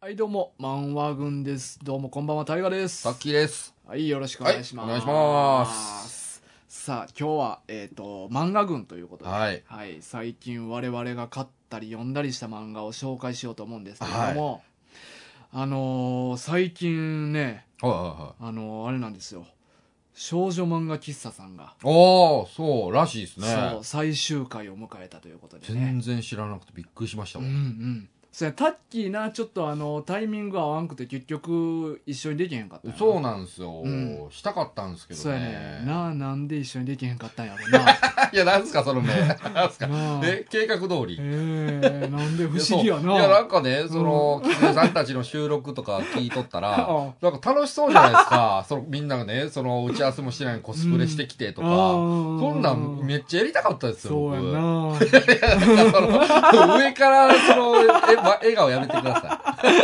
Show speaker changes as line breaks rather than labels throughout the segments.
はい、どうも、漫画軍です。どうも、こんばんは、タイガです。
さっきです。
はい、よろしくお願いします。
はいお願いします。
さあ、今日は、えっ、と、漫画軍ということで、
はい
最近我々が買ったり読んだりした漫画を紹介しようと思うんですけれども、あのー最近ね、
はいはいはい。
あのーあれなんですよ、少女漫画喫茶さんが、
おー、そう、らしいですね。
そう、最終回を迎えたということでね
全。然知らなくてびっくりしました
うん
も。
うんん。そやタッキーな、ちょっとあの、タイミング合わんくて、結局、一緒にできへんかったよな
そうなんですよ、
うん
したかったんですけど
そうや
ね
ね。なあなんで一緒にできへんかったんやろ なな
いや、なんすか、その目。なんすか。
あえ
え、計画通り。
えなんで不思議や
いや、な
なん
かね、その、キツネさんたちの収録とか聞いとった ら、
あ
なんか楽しそうじゃないですか。 そのみんながね、その打ち合わせもしてないのにコスプレしてきてとか。そ
そ
んなんめっちゃやりたかったですよ、
そう
僕。
や
い
な
やその上から、その、え、ま、笑顔やめてください。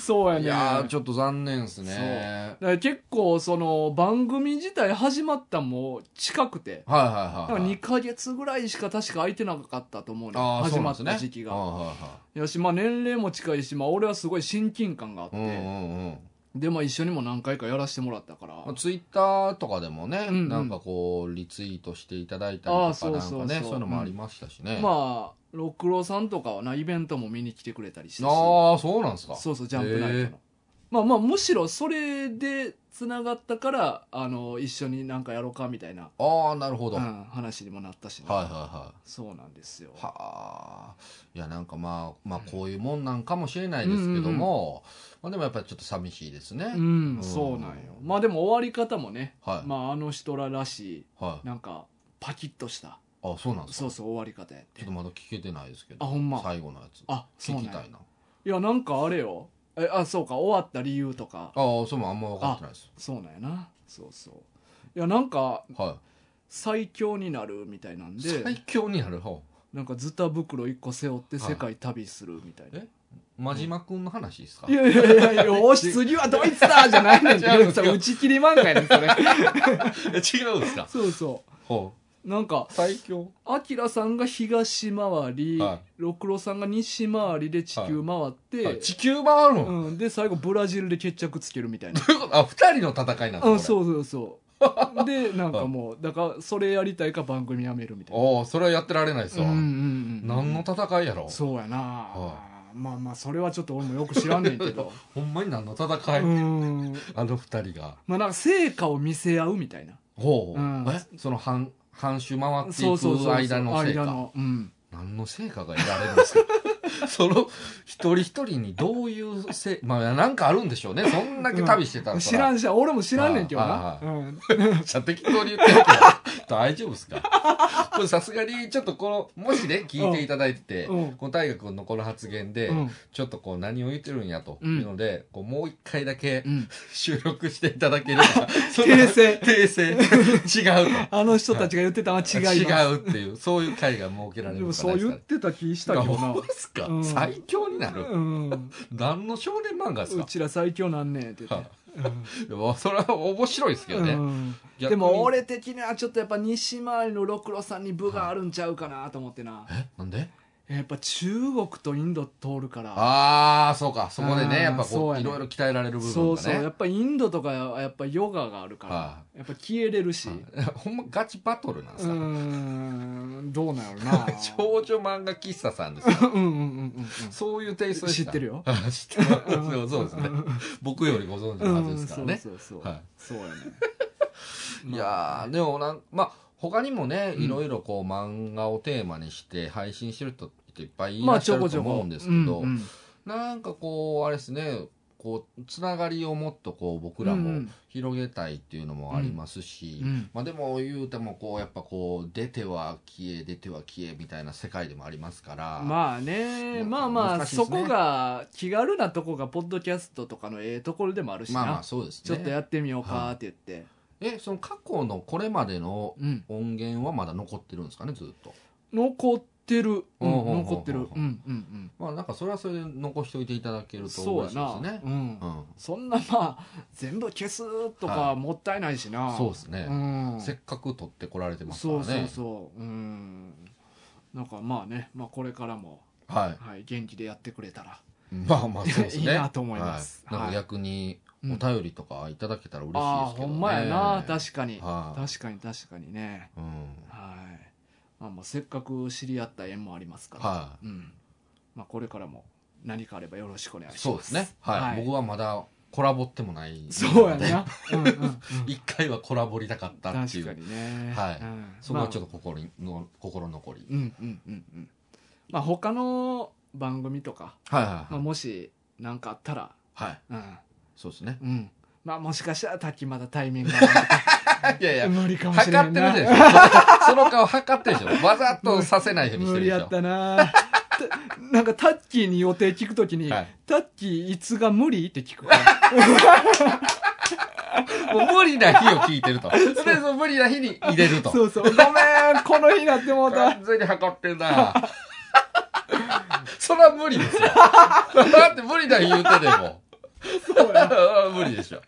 そうやね
いやー、ちょっと残念ですね。
だから結構その番組自体始まったんも近くて
は
だか
いはいはい
ら
はい。
2か月ぐらいしか確か空いてなかったと思うね
あー
始まっ
そうなん
た
ですね
時期
はい
が
はい
よしまあ年齢も近いしまあ俺はすごい親近感があっ
はい。うん
て
うんうん。
でまあ一緒にも何回かやらせてもらったから
まあツイッターとかでもね、
うんうん
なんかこう、リツイートしていただいた
あー
りと
そ
か、
う
な
そうそ
んか
う
ね、そういうのもありましたしね。あ
まあ六郎さんとかはなイベントも見に来てくれたりして
あー、そうなんですか。
そうそうジャンプナイトの、
へえ
まあまあむしろそれでつながったからあの一緒になんかやろうかみたいな、
ああ、なるほど。
う
はい
ん話にもなったしね、
はいは
そうなんですよ
い。はあ。いや、なんかまあ、まあ、こういうもんなんかもしれないですけども、まあでもやっぱりちょっと寂しいですね。
うん、
うん
そうなんよまあでも終わり方もね、
はい。
まあ、あの人ららし
はい
い。なんかパキッとした
あ、そうなんです
そ
か。
うそう終わり方やっ
ちょってとまだ聞けてないですけ
あ
ど、
ほんま
最後のやつ。
あそう
聞
なん
き
や
たいな。
いやなんかあれよえあそうか終わった理由とか
ああ、そうもあんま分かってないです。
そうなんやなそうそういやなんか
は
最強になるみたいなん
い。
で
最強になる方。
なんかズタ袋一個背負って世界旅するみたいな、
え真島君の話ですか
い、やいやいやいや、おし、次はドイツだじゃないねん
違う違う
それ打ち切り漫画やねん、それ。
違うんですか
そうそ
ほ
う。なんか
う。、最強
アキラさんが東回り
は、
六郎さんが西回りで地球回って、
地球回るの、
うん、で、最後ブラジルで決着つけるみ たいな。
どういうことあ、二人の戦いなんですか
うん、
う。
そうそうそう。で、なんかもう、だから、それやりたいか番組やめるみたいな。
おーそれはやってられないです
う
わ。
んうんうん。
何の戦いやろ
そうやな
は
まあまあ、それはちょっと俺もよく知らんねんけ ど。
ほんまに何の戦
う
い、
ん。
あの二人が。
まあなんか成果を見せ合うみたいな。
ほ
う
う。
ん
えその半、半周回って
そう
い
そうそう
く間の成
間
果。
のうん
何の成果が得られる んですかその一人一人にどういうせまあなんかあるんでしょうねそんだけ旅してたらそ
知ら
ん
んし俺も知らんねんけどな
は、い
うん、
じゃあ適当に言ってるけど 大丈夫ですかこれさすがにちょっとこのもしね聞いていただいてて、
うん
この大学のこの発言で、
うん
ちょっとこう何を言ってるんやと
うん
いうので、こうもう一回だけ
うん
収録していただければ、その
訂正
訂正違うと
あの人たちが言ってたのは違いま
違うっていうそういう会が設けられ
すで
る
も
んじゃ
そ
な
う
いです
言
か
っ
ね
てた気したけどな
ほんまっすか、
うん
最強になる、
うん、
何の少年漫画です
う
か
ちら最強なんねんって言って、
いやそれは面白いですけど
うん
ね、
うん
逆に
でも俺的にはちょっとやっぱ西回りの六郎さんに部があるんちゃうかなと思ってな、
えなんで
やっぱ中国とインド通るから
ああそうかそこで
あー
ねやっぱ
そ
こ
う
う
やね
いろいろ鍛えられる部分がね
そうそうやっぱインドとかはやっぱヨガがあるから、
は
やっぱ消えれるし、
ほんまガチバトルなんで
う
すか、
ーんどうなんやろ な
少女漫画喫茶さんですよ
うんうんうんうんうん
そういうテイストで
知
し
ってるよ
あ知ってますよ そうですね僕よりご存知のはずですからね、
うんそうそうそう、
はい
そうやね
いやーでもなんまあ他にもねいろいろこう漫画をテーマにして配信してる人っていっぱいい
ま
ら
あ
っし
ち
ゃ
ょこ
る
ち
と
ょこ
思うんですけど、
うん
なんかこう、あれですね、こう、つながりをもっとこう、僕ら
うんう
も
ん
広げたいっていうのもありますし、
うん
まあでも言うてもこう、やっぱこう、出ては消え、出ては消えみたいな世界でもありますから、
まあねまあまあ、
難しいで
そ
すね
こが気軽なとこがポッドキャストとかのええところでもあるしな、
まあまあそうです
ちょっとや
ね。
ってみようかって言って、
え、その過去のこれまでの
うん、
音源はまだ残ってるんですかね、ずっと。
残ってる、うん
ほうほうほうほう
残ってるうんうんうん
まあなんかそれはそれで残しておいていただけると
そう
嬉
や
しいで
な
すね。
うん
うん。
そんなまあ全部消すと
は
かもったいないしな、
そうですね。
うん、
せっかく取ってこられてますから
そう
ね。
そうそううんなんかまあね、まあ、これからも、
はい。
はい、元気でやってくれたらうん
まあまあそうですね
いいなと思います
はいなん
は
か
い
逆に
うん
お便りとかいただけたら嬉しい
あ
です
あ
け
ほ
どね
んまやな確かに
はい
確かに確かにね
うん
はいまあまあせっかく知り合った縁もありますから、
は
うんまあ、これからも何かあればよろしくお願いし
い
ます
そうですねはい僕はまだコラボってもない
そうや
ので
な、うんうんうん、
一回はコラボりたかったってい
確か
う
にね
はい
うん
そこはちょっと心にの心残り
うんうんうんうんまあ他の番組とか、
はいはい
まあ、
はい
もし何かあったら
はい
うん
そうですね
うんまあもしかしたら滝まだタイミング が合うとか
いやいや
無理かもしれ
測
ん
って
な
る
い
でしょその顔測ってるでしょわざとさせないようにして
無
る
理
でし
や
ょ
ったなたなんかタッキーに予定聞くときに、
はい
タッキーいつが無理って 聞くから
もう無理な日を聞いてると。とりあえず無理な日に入れると。
そうそうごめんこの日なってもうた
完全に測ってんな。 それは無理ですよ。だって無理だ言うてでも。
そうや
無理でしょ。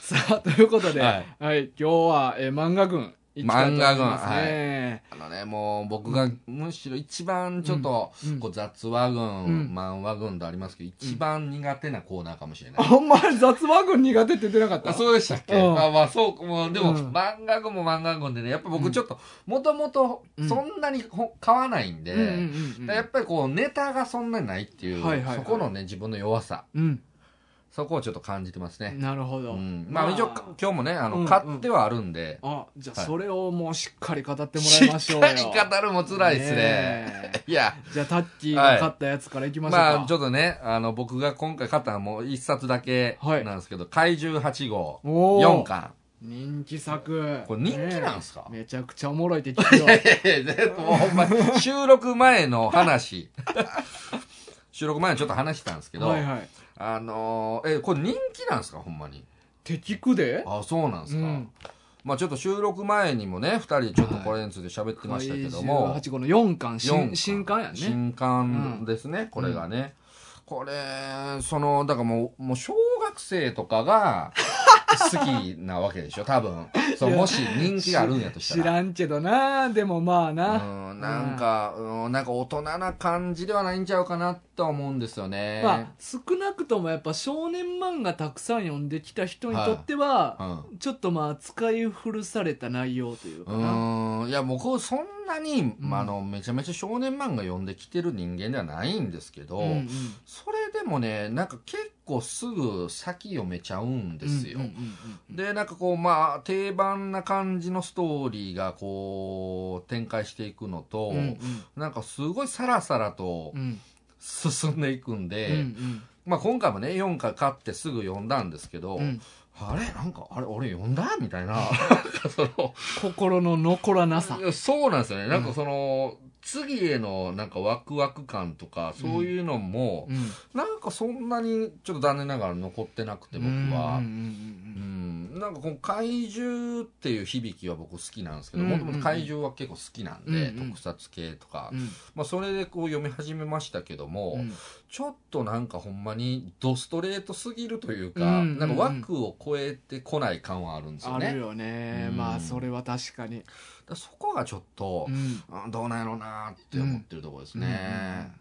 さあということで、は
はいい
今日は、えー漫画軍いきたいと思いますね
あのね、もう僕がむしろ一番ちょっと、
うん
こう雑
う
話
ん
群、漫画群とありますけど、一番苦手なコーナーかもしれない。
あんまり雑話軍苦手って言ってなかった
あそうでしたっけ、
うん
まあまあそうもうで
う
も、
ん
漫画群も漫画群でねやっぱ
うん
僕ちょっともともとそんなにほ買わないんで、
うんうんうんうん
だからやっぱりこうネタがそんなにないっていう、
はいはいはい
そこのね自分の弱さ
うん
そこをちょっと感じてますね、
なるほど、
うんまあ一応か今日もねあの、
うん
買ってはあるんで、
あじゃあ
はい
それをもうしっかり語っても
し
らい
っ
ましょう
か
よ
り語るも辛いですね
ねえ
いや
じゃあタッキーが勝ったやつからいきましょうか、
まあちょっとねあの僕が今回買ったのはもう一冊だけ
はい
なんですけど「怪獣8号」
おー
4巻
人気作
これ人気なんすか
ねえめちゃくちゃおもろいって聞くよ
ええもうほんま 収録前の話 収録前にちょっと話したん ですけど、
はいはいっ
あのーえこれ人気なんですかほんまに
て聞くで
あそうなんですか、
うん
まあちょっと収録前にもね2人でちょっとこれについて喋ってましたけども、
8号の4巻
四
新新
巻
刊やね
新刊ですね、これがね、これそのだからもうもう小学生と かが好きなわけでしょ多分そうもし人気があるんやとした
知
ら
らんけどなでもまあな、
うん、なんか、うん、なんか大人な感じではないんちゃうかなとは思うんですよね。
まあ少なくともやっぱ少年漫画たくさん読んできた人にとっては、ちょっとまあ使い古された内容という
う
かな、
ん、うん、いや僕そんなに、
うん
まあ、あのめちゃめちゃ少年漫画読んできてる人間ではないんですけど、
うんうん
それでもねなんか結構すぐ先読めちゃうんですよ。
うんうんうんうん
でなんかこうまあ定番な感じのストーリーがこう展開していくのと、
うんうん
なんかすごいサラサラと
うん
進んでいくん
う
で。
ん
まあ、今回もね4回買ってすぐ読んだんですけど、
うん
あれなんかあれ俺読んだみ たいな なんかその
心の残らなさ
いやそうなんですよねなんかその、次へのなんかワクワク感とかそういうのも、
うん
なんかそんなにちょっと残念ながら残ってなくて僕は。
う
う
う
ん
ん
ん
うんうん
なんかこの怪獣っていう響きは僕好きなんですけど
うんうんう
も
ん
ともと怪獣は結構好きなんで、
うんうん
特撮系とか、
うん
まあ、それでこう読み始めましたけども、
うん
ちょっとなんかほんまにドストレートすぎるというか、
うんうん
なんか枠を超えてこない感はあるんですよ
あ
ね。
るよね、
うん
まあそれは確かに、
だからそこがちょっと
う、ん
うんどうなんやろうなって思ってるところですね。
うん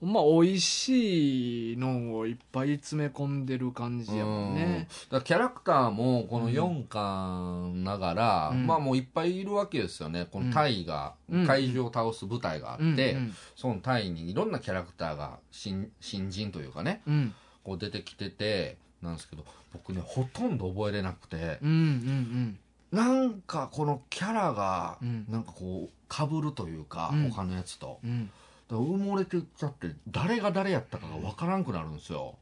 ほんま美味しいのをいっぱい詰め込んでる感じやもん
うんだ
ね
からキャラクターもこの4巻ながら、
うん
まあもういっぱいいるわけですよね。このタイが、
うん
怪獣を倒す舞台があって、
うん
そのタイにいろんなキャラクターが新新人というかね、
うん
こう出てきてて、なんですけど、僕ね、ほとんど覚えれなくて、
うんうん
なんかこのキャラが
うん
なんかこうかぶるというか、
うん
他のやつと
うんうん
だから埋もれていっちゃって誰が誰やったかが分からんくなるんですよ、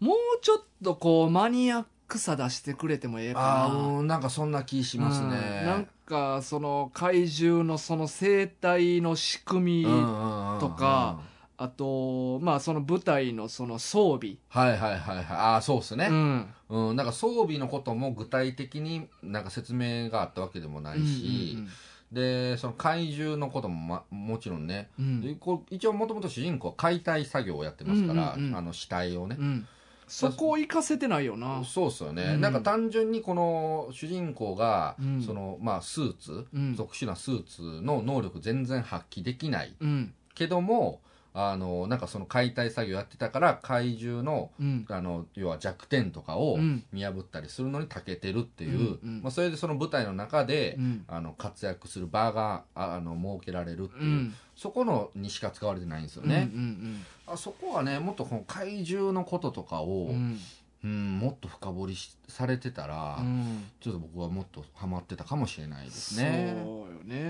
もうちょっとこうマニアックさ出してくれてもええか
ああ
な
うんなんかそんな気しますね、
うんなんかその怪獣のその生態の仕組み、
うんうんうん
とかあとまあその舞台のその装備、
はいはいはいはいああそうです
う
ね、
ん
うんなんか装備のことも具体的になんか説明があったわけでもないし、
うん
でその怪獣のことも、ま、もちろんね、
うん
でこう一応もともと主人公は解体作業をやってますから、
うんうんうん
あの死体をね、
うんうんそこを行かせてないよな
そうっすよね、
うん
なんか単純にこの主人公が、
うん
そのまあスーツ、
うん
特殊なスーツの能力全然発揮できない
うん
けどもあのなんかその解体作業やってたから怪獣の
うん
あの要は弱点とかを
うん
見破ったりするのに長けてるっていう、
うんうん
まあ、それでその舞台の中で、
うん
あの活躍する場がああの設けられるっていう、
うん
そこのにしか使われてないんですよ
うんうん
ね、あそこはねもっとこの怪獣のこととか
うんう
を、
ん
うんもっと深掘りしされてたら、
うん
ちょっと僕はもっとハマってたかもしれないです
そう
ね。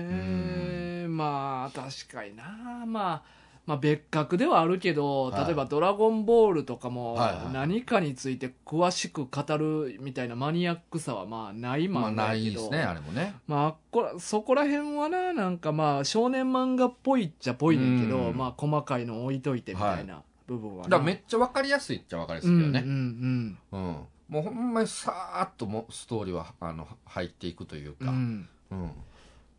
よね、まあ確かにな、まあ、まあ別格ではあるけど、
はい
例えば「ドラゴンボール」とかも
はいはい
何かについて詳しく語るみたいなマニアックさはまあない
まあ
漫
な
画や
い
け
で
ど、
すねあれもね。
まああっこらそこら辺はななんかまあ少年漫画っぽいっちゃっぽいねんけど、
うん
まあ細かいの置いといてみたいな部分はな、
だからめっちゃわかりやすいっちゃわかりやす
う
い
ん
け
うんう
どね。
ん
うん、もうほんまにさーっともうストーリーはあの入っていくという
う
か。
ん
うん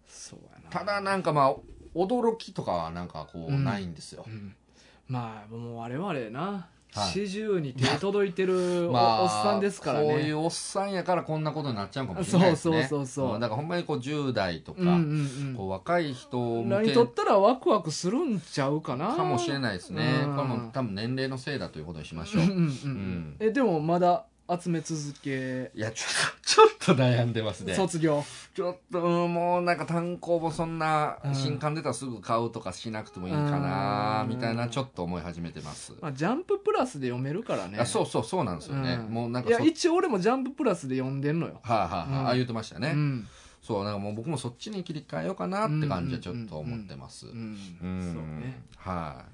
そうやな
ただなんかまあ驚きとかはなんかこ
う
うんないんですよ
う。んまあもう我々な、
はい
四十に手届いてるお,、
まあ
おっさんですからね
こういうおっさんやからこんなことになっちゃうかもしれないですね。
そうそうそうそうん
だからほんまにこう10代とか、
うんうん
こう若い人
う
向
ん何
け
とったらワクワクするんちゃうかな
かもしれ
い
ないですね。
うん
これも多分年齢のせいだということにしましょ
う
うん
うん。うん
ん
えでもまだ集め続け
いや、ちょっと、ちょっと悩んでますね。
卒業
ちょっと、うんもうなんか単行本そんな
うん
新刊出たらすぐ買うとかしなくてもいいかな
う、ん
みたいなちょっと思い始めてます。
まあジャンププラスで読めるからね
あそうそう、そうなんですよね。
うん
もうなんか
いや
そ、
一応俺もジャンププラスで読んでんのよ
はいはいはい、
うん
あ言ってましたね、
うん
そう、なんかもう僕もそっちに切り替えようかなって感じはちょっと思ってます。
う
うん
んそうね
は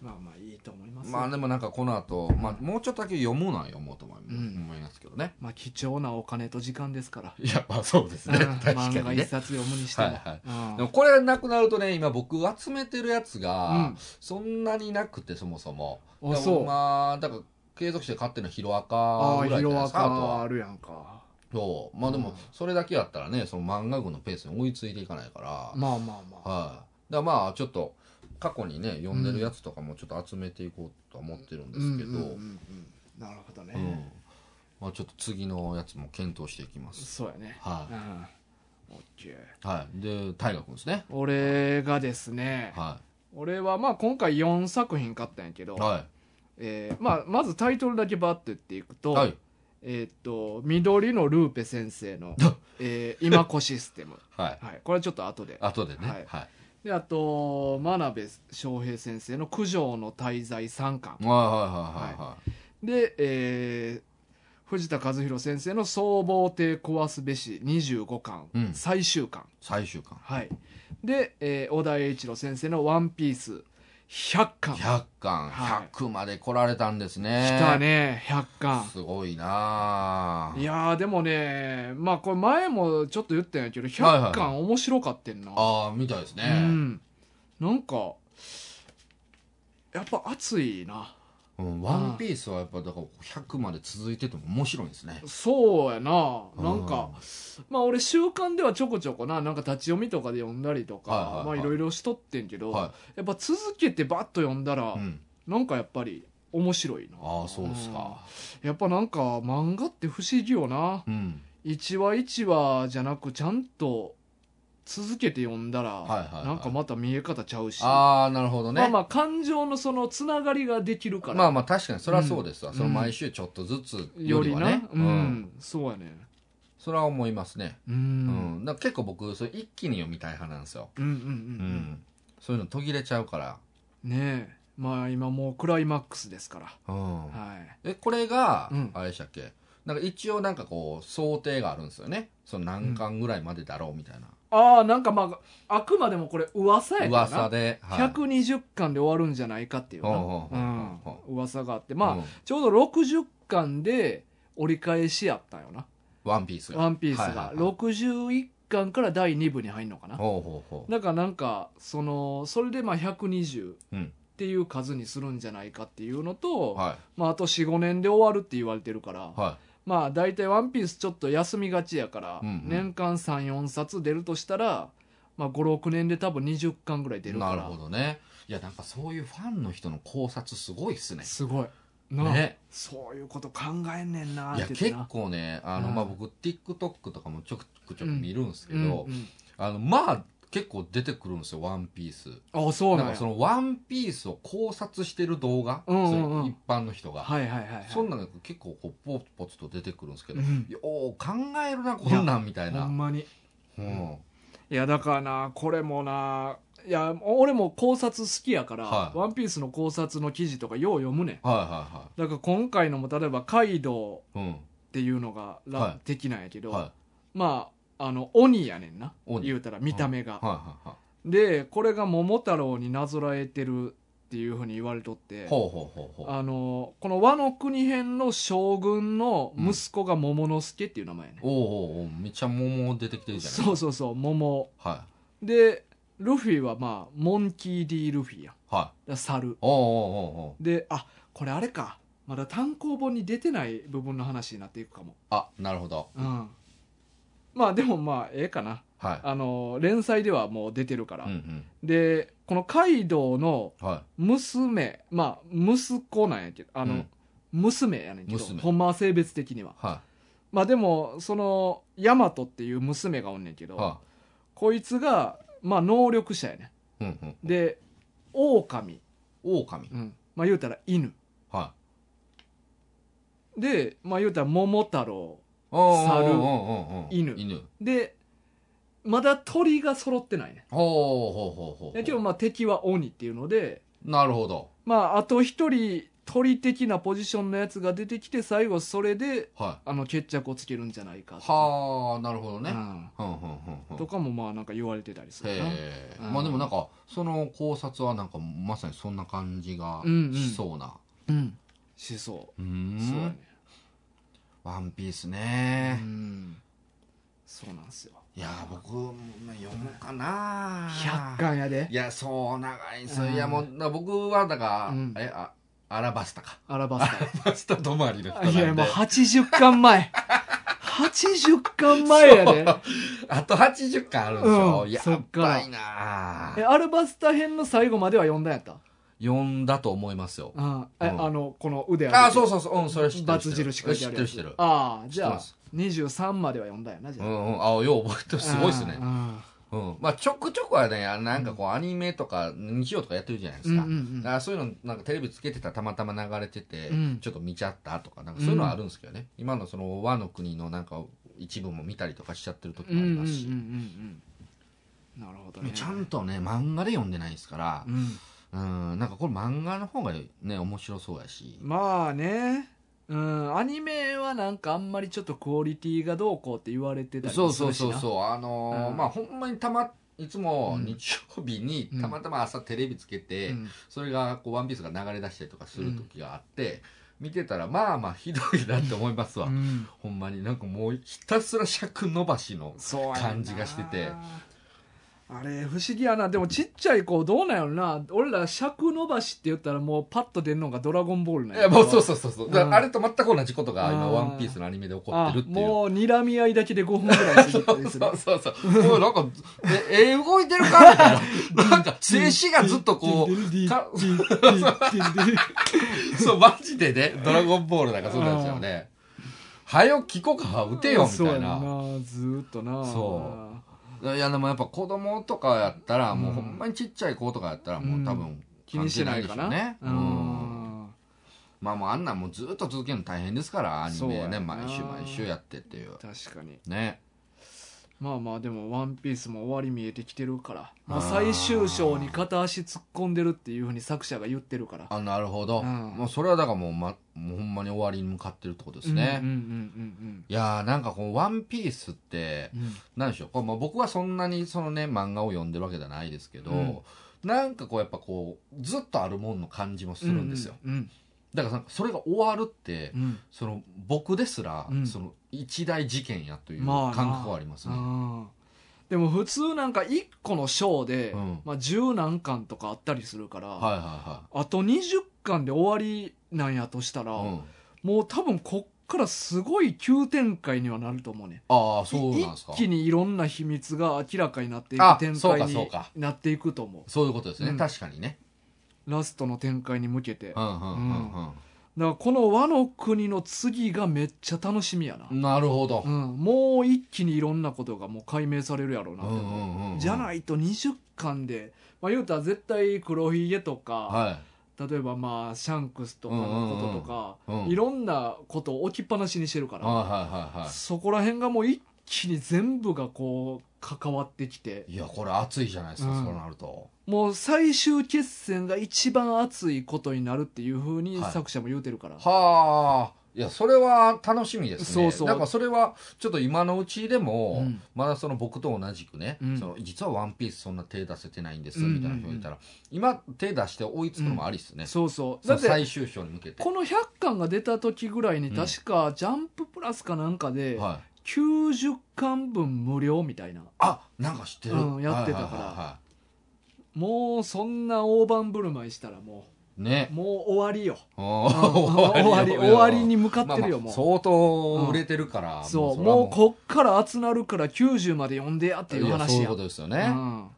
まあまあいいと思いま
い。
す
まあでもなんかこの後、まあもうちょっとだけ読むのは読もうと思います,、
うん
思いますけどね。
まあ貴重なお金と時間ですから
いや、まあそうで
う
す
ん
ね。 確か
漫画
に
一
ね。
冊読むにしても
はいはい
うん
でもこれなくなるとね、今僕集めてるや
う
つが
ん、
そんなになくて、そもそも。
あそう
まあ、だから継続して買ってるのはヒロア
あ
カ
あ
ぐ
ヒ
らいじ
ロ
ゃないで
ア
すか、あと
カ
は。
あるやんか
そう。まあで
うん
も、それだけやったらね、その漫画軍のペースに追いついていかないから、
まあまあまあ
はい。だからまあ、ちょっと、過去にね、読んでるやつとかもちょっと集めていこうとは思ってるんですけ
うんうんうん
ど
う、んなるほどね、
うんまあちょっと次のやつも検討していきます。
そうやね
は
う
い。
んオッケー
はい。で、大河君ですね。
俺がですね、
は
俺はまあ今回4作品買ったんやけど、
い。は
えーまあ、まずタイトルだけバッて言っていくと「
い。はい。、
えーっと緑のルーペ先生のえー今子システム
はい」。
はい、これはちょっと後で
後でね。
はい
はい
であと真鍋翔平先生の「九条の滞在3巻」
はいはいはいはいはい。
で、えー藤田和弘先生の「総合帝壊すべし」25巻、
うん
最終巻
最終巻。
はいで、えー小田栄一郎先生の「ワンピース100巻来
100巻、
はい
100まで来られたんですね。
た。ね100巻
すごいなあ
いやーでもねまあこれ前もちょっと言ったんやけど
はい
100
はい
巻面白かってんな、
あー、みたいですね。
うんなんかやっぱ熱いな
うんワンピースはやっぱだから100まで続いてても面白いんですね。
そうやななんか
うん、
まあ俺習慣ではちょこちょこななんか立ち読みとかで読んだりとか、
はいはいはい
まあいろいろしとってんけど、
は
やっぱ続けてバッと読んだら、
い。うん。
なんかやっぱり面白いな
ああ、そうですか。
うんやっぱなんか漫画って不思議よな
うん。
一話一話じゃなくちゃんと続けて読んだら、
はいはいはい
なんかまた見え方ちゃうし
ああ、なるほどね。
まあまあ感情のそのつながりができるから、
まあまあ確かにそれはそうですわ、
うん
その毎週ちょっとずつよ
よ
り
り
は
な、
ね
うん、そうやね
それは思いますね、
う
うん
ん、
だから結構僕それ一気に読みたい派なんですよ、
うんうん
うん
うん
そういうの途切れちゃうから、
うんねえまあ今もうクライマックスですから
うん
はい
えこれが、
うん
あれでしたっけなんか一応なんかこう想定があるんですよねその何巻ぐらいまでだろうみたいな、
ああなんかまああくまでもこれ噂やけどな
噂で、
120巻で終わるんじゃないかっていうな、
ほうほうほうほうほ
うん噂があってまあ、
うん
ちょうど60巻で折り返しやったんよな
ワンピースが
ワンピース
はい
が
はいはい
61巻から第2部に入るのかな
ほうほうほう
だからなんかそのそれでまあ120っ
うん
ていう数にするんじゃないかっていうのと、
は
まあ、あと45年で終わるって言われてるから、
いは
まあ大体「ワンピースちょっと休みがちやから、
うんうん
年間34冊出るとしたら、まあ、56年で多分20巻ぐらい
い
出るから
なるほどねいやなんかそういうファンの人の考察すごいっすね
すごいなあ
ね
そういうこと考えんねんないー
や
って
結
な
構ねあの、
うん
まあ、僕 TikTok とかもちょくちょく見るんですけ
うん
ど、
うん
あのまあ結構出てくるんですよ、ワンピース。
あそう
な
なんん
か
や
そのワンピースを考察してる動画、
うんうん
そ
うん
れ一般の人が。
はいはいはいはい
そんなのが結構こうポツポツと出てくるんですけど、
うん
よう考えるな、こんなんみたい
ほ
な。
んまに
うん
いやだからなこれもないや俺も考察好きやから「
はい
ワンピースの考察の記事とかよう読むねん
はいは
だから今回のも例えばカイドウ
いはい。うん。
っていうのがら、
はい
的なんやけど、
は
まああの鬼やねんな
鬼
言うたら見た目
い。
が、
はいは
でこれが桃太郎になぞらえてるっていうふうに言われとっ
いは
て
い。ほうほうほうほう。
あのこの和の国編の将軍の息子が桃之助っていう名前やね、
おうおうおうめっちゃ桃出てきてるじゃない
そうそうそう桃
は
でルフィはまあモンキー・ディ・ルフィやんだか
い。はい。
ら猿
おうおうおうおう
であこれあれかまだ単行本に出てない部分の話になっていくかも
あ、なるほど。
うんまあでもまあええかな
はい。
あの連載ではもう出てるから、
うん
でこのカイドウの
うん。は
娘まあ息子なんやけどあの、
うん
娘やねんけど
娘。
ほんまは性別的にはい
は
まあでもそのヤマトっていう娘がおんねんけ
い。
ど、
は
こいつがまあ能力者やね
い。うんうん。
んで狼、
狼。
うん、まあ言うたら犬
は
でまあ言うたら桃太郎
い。おうおう
猿
おうおうおう
犬
犬。
でまだ鳥が揃ってないね
ほうほうほうほうほう。
で今日まあ敵は鬼っていうので
なるほど。
まああと一人鳥的なポジションのやつが出てきて最後それで
は
あの決着をつけるんじゃないか
い。
って
はあ、なるほどね。
うん
うんうんうんうん。
とかもまあなんか言われてたりするな
へえ
うん
まあでもなんかその考察はなんかまさにそんな感じが
うんうん
しそうな
うんしそう
ー
う、
ん
そうやね
ワンピース
う
ね
んそうなんですよ
いやー僕も読むかな
100巻やで
いやそう長いんですよ
うん
いやもうだから僕はだか
うん
らえあアラバスタか
アラバス
アラバスタ止まりの人
タ
なん
い
で
やもう80巻前80巻前や で
あと80巻あるんですよ、
うん
や
そっから
ばいな
えアルバスタ編の最後までは読んだんやった
読んだと思いますよ
あえ、
うん
あのこの腕
ああそう
う
そうそううんそれ知ってる
バツ印書いてあるやつ
知ってる知ってる
ああじ
知って
ゃあ
ます
23までは読んだんやなじゃ
う
あ、
んうんあよう覚えてるすごいっすね
うんうん
うん、まあちょくちょくはねあなんかこうアニメとか日曜とかやってるじゃないですか,、
うんうんうん
だからそういうのなんかテレビつけてたらたまたま流れてて、
うん
ちょっと見ちゃったとかなんかそういうのはあるんですけどね、今のその和の国のなんか一部も見たりとかしちゃってる時
うん
も
うんうん
あり
う
ますし、
んうんなるほどね
ちゃんとね漫画で読んでないですから
う、ん
うんなんかこれ漫画の方がね面白そうやし、
まあねうんアニメはなんかあんまりちょっとクオリティがどうこうって言われてたり
そう
もす
そう
るし
そう
な
そうあのー
うん
まあほんまにたまいつも
うん
日曜日に
うん
たまたま朝テレビつけ
う
て、
ん
それがこう「ワンピースが流れ出したりとかする時があって、見てたらまあまあひどいなって思いますわ、
うん
ほんまになんかもうひたすら尺伸ばしの
そうやねんな
感じがしてて
あれ不思議やなでもちっちゃい子どうなんやろな俺ら尺伸ばしって言ったらもうパッと出んのが「ドラゴンボール」なん
い
や
や
けど
もうそうそうそうそう、だか
うん
らあれと全く同じことが今「
うん
ワンピースのアニメで起こってるってい
あ
う。
もう睨み合いだけで5分ぐらいす
そ
る
う
ってですね
そうそうそう。もうなんか、え、え動いてるかみたい な。なんか、静止がずっとこ
ディ
う、
デ
か
ィディディディディディ
そう、マジでね、ドラゴンボールなんかそうなんですよね。はよ、聞こか、打てよ、み
そう
た
や
いな。
なずーっとな
そいやでもやっぱ子供とかやったら、もううんほんまにちっちゃい子とかやったらもう多分
気にしてないかな
感じでしょうね、
う
うん
ん
まあもうあんなんもうずっと続けるの大変ですからアニ
そう
メ
や
ね
な
毎週毎週やってっていう
確かに
ね
まあまあでも「ワンピースも終わり見えてきてるからもう最終章に片足突っ込んでるっていうふうに作者が言ってるから
あなるほ
う
ど、
ん
もうそれはだからもう,、ま、もうほんまに終わりに向かってるってことですね、
うんうんうん
いやーなんかこの「ワンピースって
うんうん
なんでしょうこれ、まあ、僕はそんなにそのね漫画を読んでるわけじゃないですけど、
うん
なんかこうやっぱこうずっとあるもんの感じもするんですよ、
うん
だからなんかそれが終わるって、
うんうん
その僕ですら、
うん
その一大事件やという
まあ
感
な
覚はありますね。
うんでも普通なんか1個の章で、
うん
まあ、10何巻とかあったりするから、
はいは
あと20巻で終わりなんやとしたら、
いはい。うん、
もう多分こっからすごい急展開にはなると思うね
ああそうなんですか
一。気にいろんな秘密が明らかになってい
あ
く展
そう
開
かそう
に
か
なっていくと思
そういうことですね、
うん
確かにね。
うラストの展開に向けて
う、んうんうんうん。
だからこの和の国の次がめっちゃ楽しみやな、
なるほど
う。ん、もう一気にいろんなことがもう解明されるやろうなって、じゃ
い。
ないと20巻で、まあ、言うたら絶対黒ひげとか、
は
例えばまあシャンクスとかのこととか、
うんうんうんうん
いろんなことを置きっぱなしにしてるか
い。はい
ら、
はいはいは
そこら辺がもう一気に全部がこう関わってきて
い。いや、これ熱いじゃないですか、
うん
そうなると。
もう最終決戦が一番熱いことになるっていうふうに
はい
作者も言うてるから、
はあ。いや、それは楽しみですね。
そうそう
だからそれは、ちょっと今のうちでも、
うん
まだその僕と同じくね、
うん
その実はワンピースそんな手出せてないんです、
うんうんうん
みたいな人がいたら、今手出して追いつくのもありですね。
そうそう
そ
だ
の
って
最終章に向けて。
この100巻が出た時ぐらいに
うん
確か「ジャンププラス」かなんかで
はい。
90巻分無料みたいな
あ、なんか知ってる。
うんやってたから
はいはいはいは
もうそんな大盤振る舞いしたらも
いね
う。もう終わりようん
終
終わり
よ
終わりに向かってるよ
まあまあ
もう
相当売れてるから、
そう
れは
もうこっから集なるから90まで読んでやっていう
やそう
話
いう
や
ことですよね、は
ん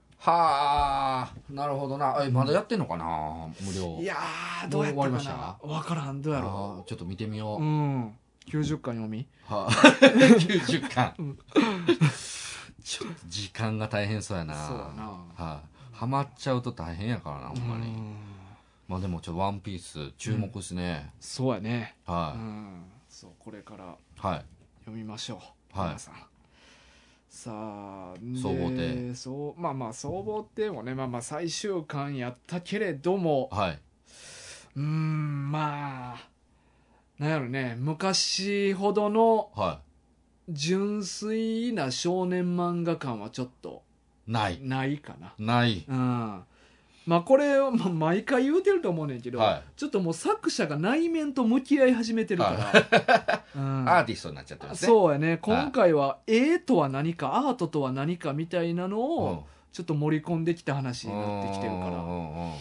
あなるほどなえまだやってんのかな無料
いやーどうやったか
も
な
う終わ
分からんどうや
あー
ろ
ちょっと見てみよ
うう
う、
ん90巻読み
はあ90巻、
うん
ちょっと時間が大変そうやな
そうやな
はあ、はまっちゃうと大変やからなほんまに、
うん
まあでもちょっと「ワンピース注目ですね、
そうやねう
はい、
んそうこれから
はい
読みましょう
はい
皆さんさあで
総合点
そうまあまあ総合点もねまあまあ最終巻やったけれども
はいう
ーんまあなんやろね昔ほどの
は
純粋な少年漫画感はちょっと
いない
ないかな
ない
うんまあこれはまあ毎回言うてると思うねんけど、
は
ちょっともう作者が内面と向き合い始めてるから、うん
アーティストになっちゃってますね
そうやね今回は絵とは何かアートとは何かみたいなの
うん
をちょっと盛り込んできた話になってきてるか
う
ら
んうんうん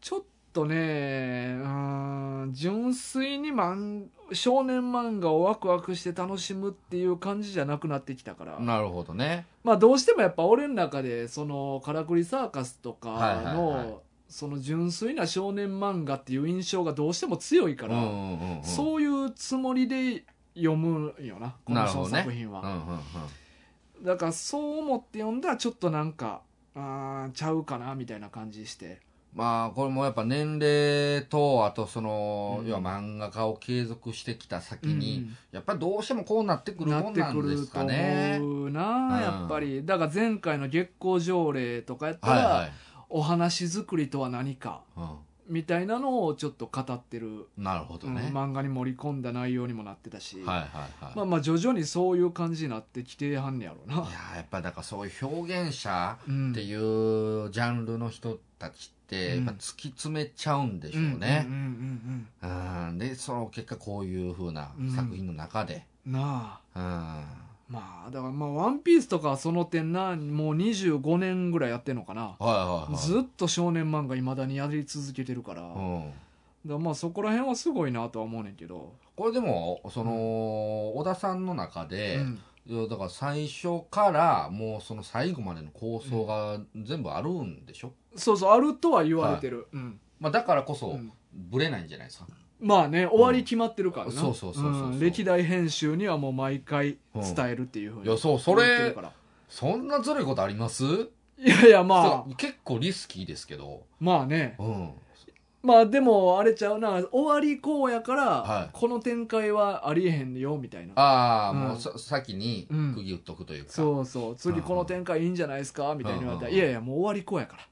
ちょっとねうーん純粋にマン少年漫画をワクワクして楽しむっていう感じじゃなくなってきたから
なるほどね。
まあどうしてもやっぱ俺の中でそのカラクリサーカスとかの、
はいはいはい
その純粋な少年漫画っていう印象がどうしても強いから、
うんうんうん、う
そういうつもりで読むんよなこ
な
の
るほ
小
どね
作品は、
んうんうん。
だからそう思って読んだらちょっとなんかあーちゃうかなみたいな感じして
まあこれもやっぱ年齢とあとその、
うん
要は漫画家を継続してきた先
う
に、
ん
やっぱりどうしてもこうなってくる
なっ
もん
て
な
く
んで
る
す
と
か
思
ね。
うな、
うん
やっぱりだから前回の月光条例とかやった
は
ら、
いはい。
お話作りとは何か
う
みたいなのをちょっと語ってる、
ん、なるほど
うん
ね。
漫画に盛り込んだ内容にもなってたし、
はいはいはい。
まあまあ徐々にそういう感じになってきてはんねやろう
い
な。
やーやっぱだからそういう表現者
うん
っていうジャンルの人たちって、
う
や
ん
っぱ突き詰めちゃうんでしょう
うんうんうん
ね。
うん
うんでその結果こういうふうな作品の中で。
うんなあ
うん
まあだからまあ「ワンピースとかはその点なもう25年ぐらいやってんのかな
はいはいはい。
ずっと少年漫画いまだにやり続けてるから,、
う
だか
ん、
らまあそこら辺はすごいなとは思うねんけど、
これでもその、小田さんの中で
う、ん
いやだから最初からもうその最後までの構想が全部あるんでしょ、
そうそうあるとは言われてる、うん
まあ、だからこそ、
うん
ブレないんじゃないですか
まあね終わり決まってるからな、
うんそうそうそうそうそうん
歴代編集にはもう毎回伝えるっていうふうに
いやそうそ
言って
れ
るから
そんなずるいことあります
いやいやまあ
そう結構リスキーですけど、
まあね
うん、
まあでもあれちゃうな終わりこうやから、
はい
この展開はありえへんよみたいな
ああ、
うん
もうさ先に
うん
釘打っとくというか、
そうそう次この展開いいんじゃないですかみたいに言われたら「いやいやもう終わりこうや から」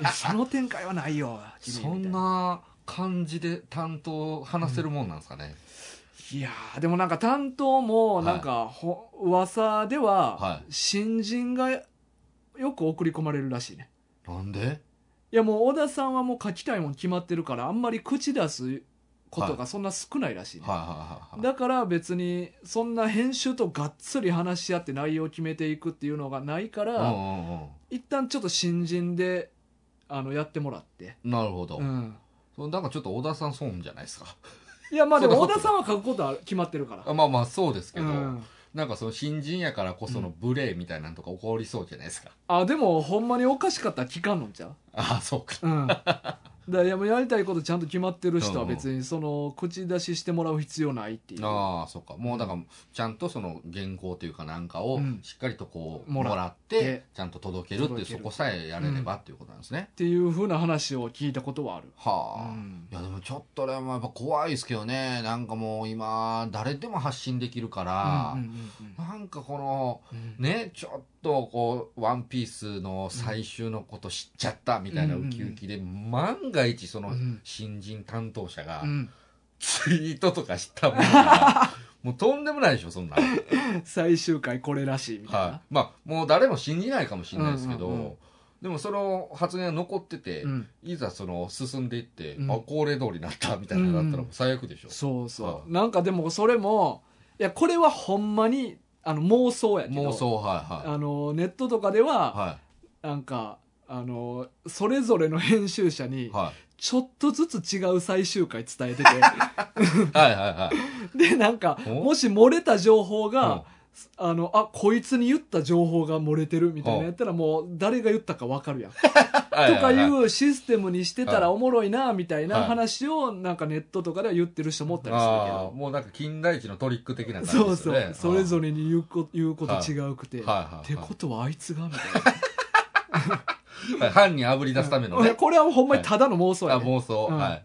いやその展開はないよ君
そ
みた
ん
いな
な感じで担当話せるもんなんですかね、
いやーでもなんか担当もなんか、ほ噂では、
は
新人がよく送り込まれるらしいね
なんで
いやもう小田さんはもう書きたいもん決まってるからあんまり口出すこと
は
がそんな少ないらしいね、
はいはいはいはい
だから別にそんな編集とがっつり話し合って内容を決めていくっていうのがないから、
うんうんうん
一旦ちょっと新人であのやってもらって、
なるほど、
うん、
そうなんかちょっと小田さん損じゃないですか
いやまあでも
そう
小
だ
田さんは書くことは決まってるから
あまあまあそうですけ
う
ど、
ん、
なんかその新人やからこその無礼みたいなのとか起こりそうじゃないですか。
あでもほんまにおかしかったら聞かんのんちゃう、
ああ、そうか。
うん、だからいやもうやりたいことちゃんと決まってる人は別にその口出ししてもらう必要ないっていう、
ああそっかもうだからちゃんとその原稿というかなんかを
うん
しっかりとこう
も
も
らっ
らって
て
ちゃんと届けるっていう
届け
そ
る
こさえやれればっていうことなんですね
っていうふうな話を聞いたことはある、
はあ
うん
いやでもちょっとでもやっぱ怖いですけどねなんかもう今誰でも発信できるから
うんうんうん
なんかこの
うん
ねちょっとこう「ワンピースの最終のこと知っちゃったみたいな
うん
ウキウキで万が一その
うん
新人担当者が
うん
ツイートとかしたも んがもうとんでもないでしょそんなの。
最終回これらしいみたいな、
はい、まあもう誰も信じないかもしれないですけど、
うんうんうん
でもその発言が残ってて、
うん
いざその進んでいって、
うん
あ恒例通りになったみたいなのだったらもう最悪でしょ、
そうそう、
は
なんかでもそれもいやこれはほんまにあの妄想やけど
妄想はいは、
あのネットとかではい
は
なんかあのそれぞれの編集者
い
に
は
ちょっとずつ違う最終回伝えて
いはいはいはい
てでなんか
お
もし漏れた情報
うん
が、あのあこいつに言った情報が漏れてるみたいなやったらもう誰が言ったか分かるやん
は
とか
はいは
うシステムにしてたら
は
おもろいなみたい
は
ない話をなんかネットとかでは言ってる人もおったりするけ
あー
ど
もうなんか金田一のトリック的な感じ
そう
です
そ
よね
うそれぞ
れ
れに言うこ言うこと違うくてっ
はいはい
て
は
ことはあいつがみた
いはい犯人あぶり出すため
い
の
な
ね
これはほんまにただの妄想
あ
やね
妄想、
うん
はい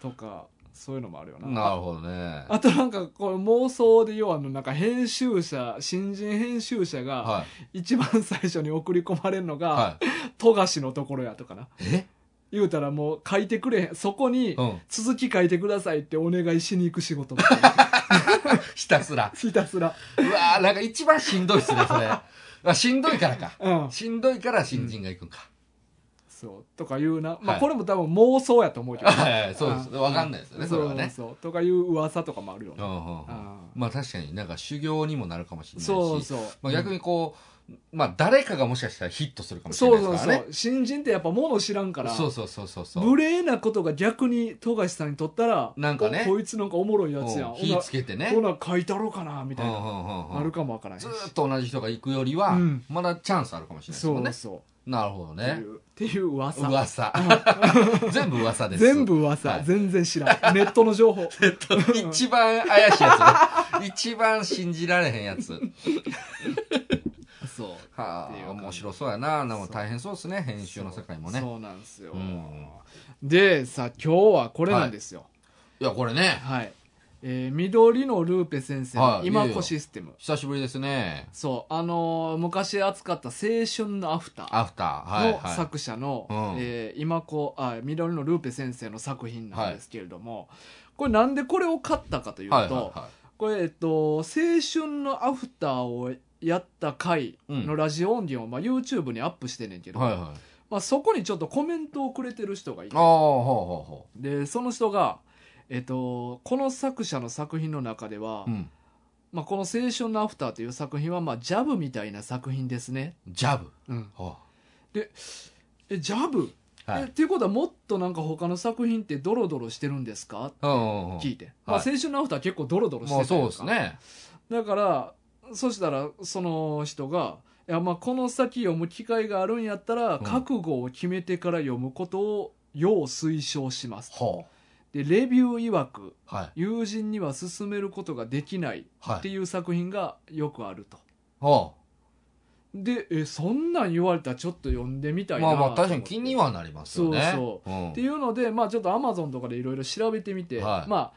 とかそういうのもあるよ
な
な
るほどね
あとなんかこれ妄想で要はあのなんか編集者新人編集者が
は
一番最初に送り込まれるの
い
が
はい
富樫のところやとかな
え
言うたらもう書いてくれへんそこに
うん
続き書いてくださいってお願いしに行く仕事みたいな
ひたすら
ひたすら
うわーなんか一番しんどいっすねそれあしんどいからか
うん
しんどいから新人が行くんか。
そうとかいうな、ま
は
あ、
い
これも多分妄想やと思うけど、
はいはい、そうです。わかんないですよね、それはね。
そうそうとかいう噂とかもあるよ
う
ね
んうんうん
あ
まあ確かになんか修行にもなるかもしれ
そ
な
う
いし、
そう、
まあ逆にこう、まあ誰かがもしかしたらヒットするかもしれ
そう
ないで
そう
すか
そ
らね
う。新人ってやっぱもの知らんから
そうそうそうそうそう。
無礼なことが逆に富樫さんにとったら
なんかね
おこいつなんかおもろいやつやん
う
ほ
ん火
な
つけてね。
ほな書いたろうかなみたい
うん
な
うんうんうん
あるかもわからへんし
ずーっと同じ人が行くよりは
うん、
まだチャンスあるかもしれないです
そ
もん
う
ね。
そ
なるほど
う、って
ね
い。うっていう噂
噂。 全部噂です。
全部噂、
はい
全然知 らんネットの情報
えっと一番怪しいやつね。一番信じられへん やつ。
そう
は
っていう
あ、
感じ
面白そうやな。で
そ
も
う
大変そうですね、編集の世界もね。
そうなんですよ、
うん
でさ今日はこれなんですよ
いや、これね、
はい、えー緑のルーペ先生
は
の
い
今子システム、
久しぶりですね。
そうあのー昔扱った「青春のアフター」
アフター。はい、
の
は
作者の、
うん
えー今子あ緑のルーペ先生の作品なんですけれども、これなんでこれを買ったかという
い。
と、
はい、は
これ、えっと「青春のアフター」をやった回のラジオ音源を、まあ、YouTube にアップしてんねんけ
い。
ど、
はい、はい。
まあ、そこにちょっとコメントをくれてる人がいて
ああ、ほうほうほ
でその人が、えっと、この作者の作品の中では、
う。うん。
まあ、この「青春のアフター」という作品は、まあ、ジャブみたいな作品ですね。
ジャブ。
うん、
ほ
えジャブ、
う。は
えっ
い。
ていうことはもっとなんか他の作品ってドロドロしてるんですか
うんうんうん。
聞いて、まあ、
はい
青春のアフターは結構ドロドロして
も
た
う
やんか
そうですね。
だからそしたらその人がいやまあこの先読む機会があるんやったら
ん
覚悟を決めてから読むことを要推奨します、
ほう。
でレビュー曰く
はい。
友人には勧めることができない
は
って
い。
いう作品がよくあると。
ほ
でえそんなん言われたらちょっと読んでみた
う。
いな
まあまあ、
と思っ
確
て
かに気にはなりますよね。
そう
そう。ん。
っていうので、まあ、ちょっとアマゾンとかでいろいろ調べてみて、
はい
まあ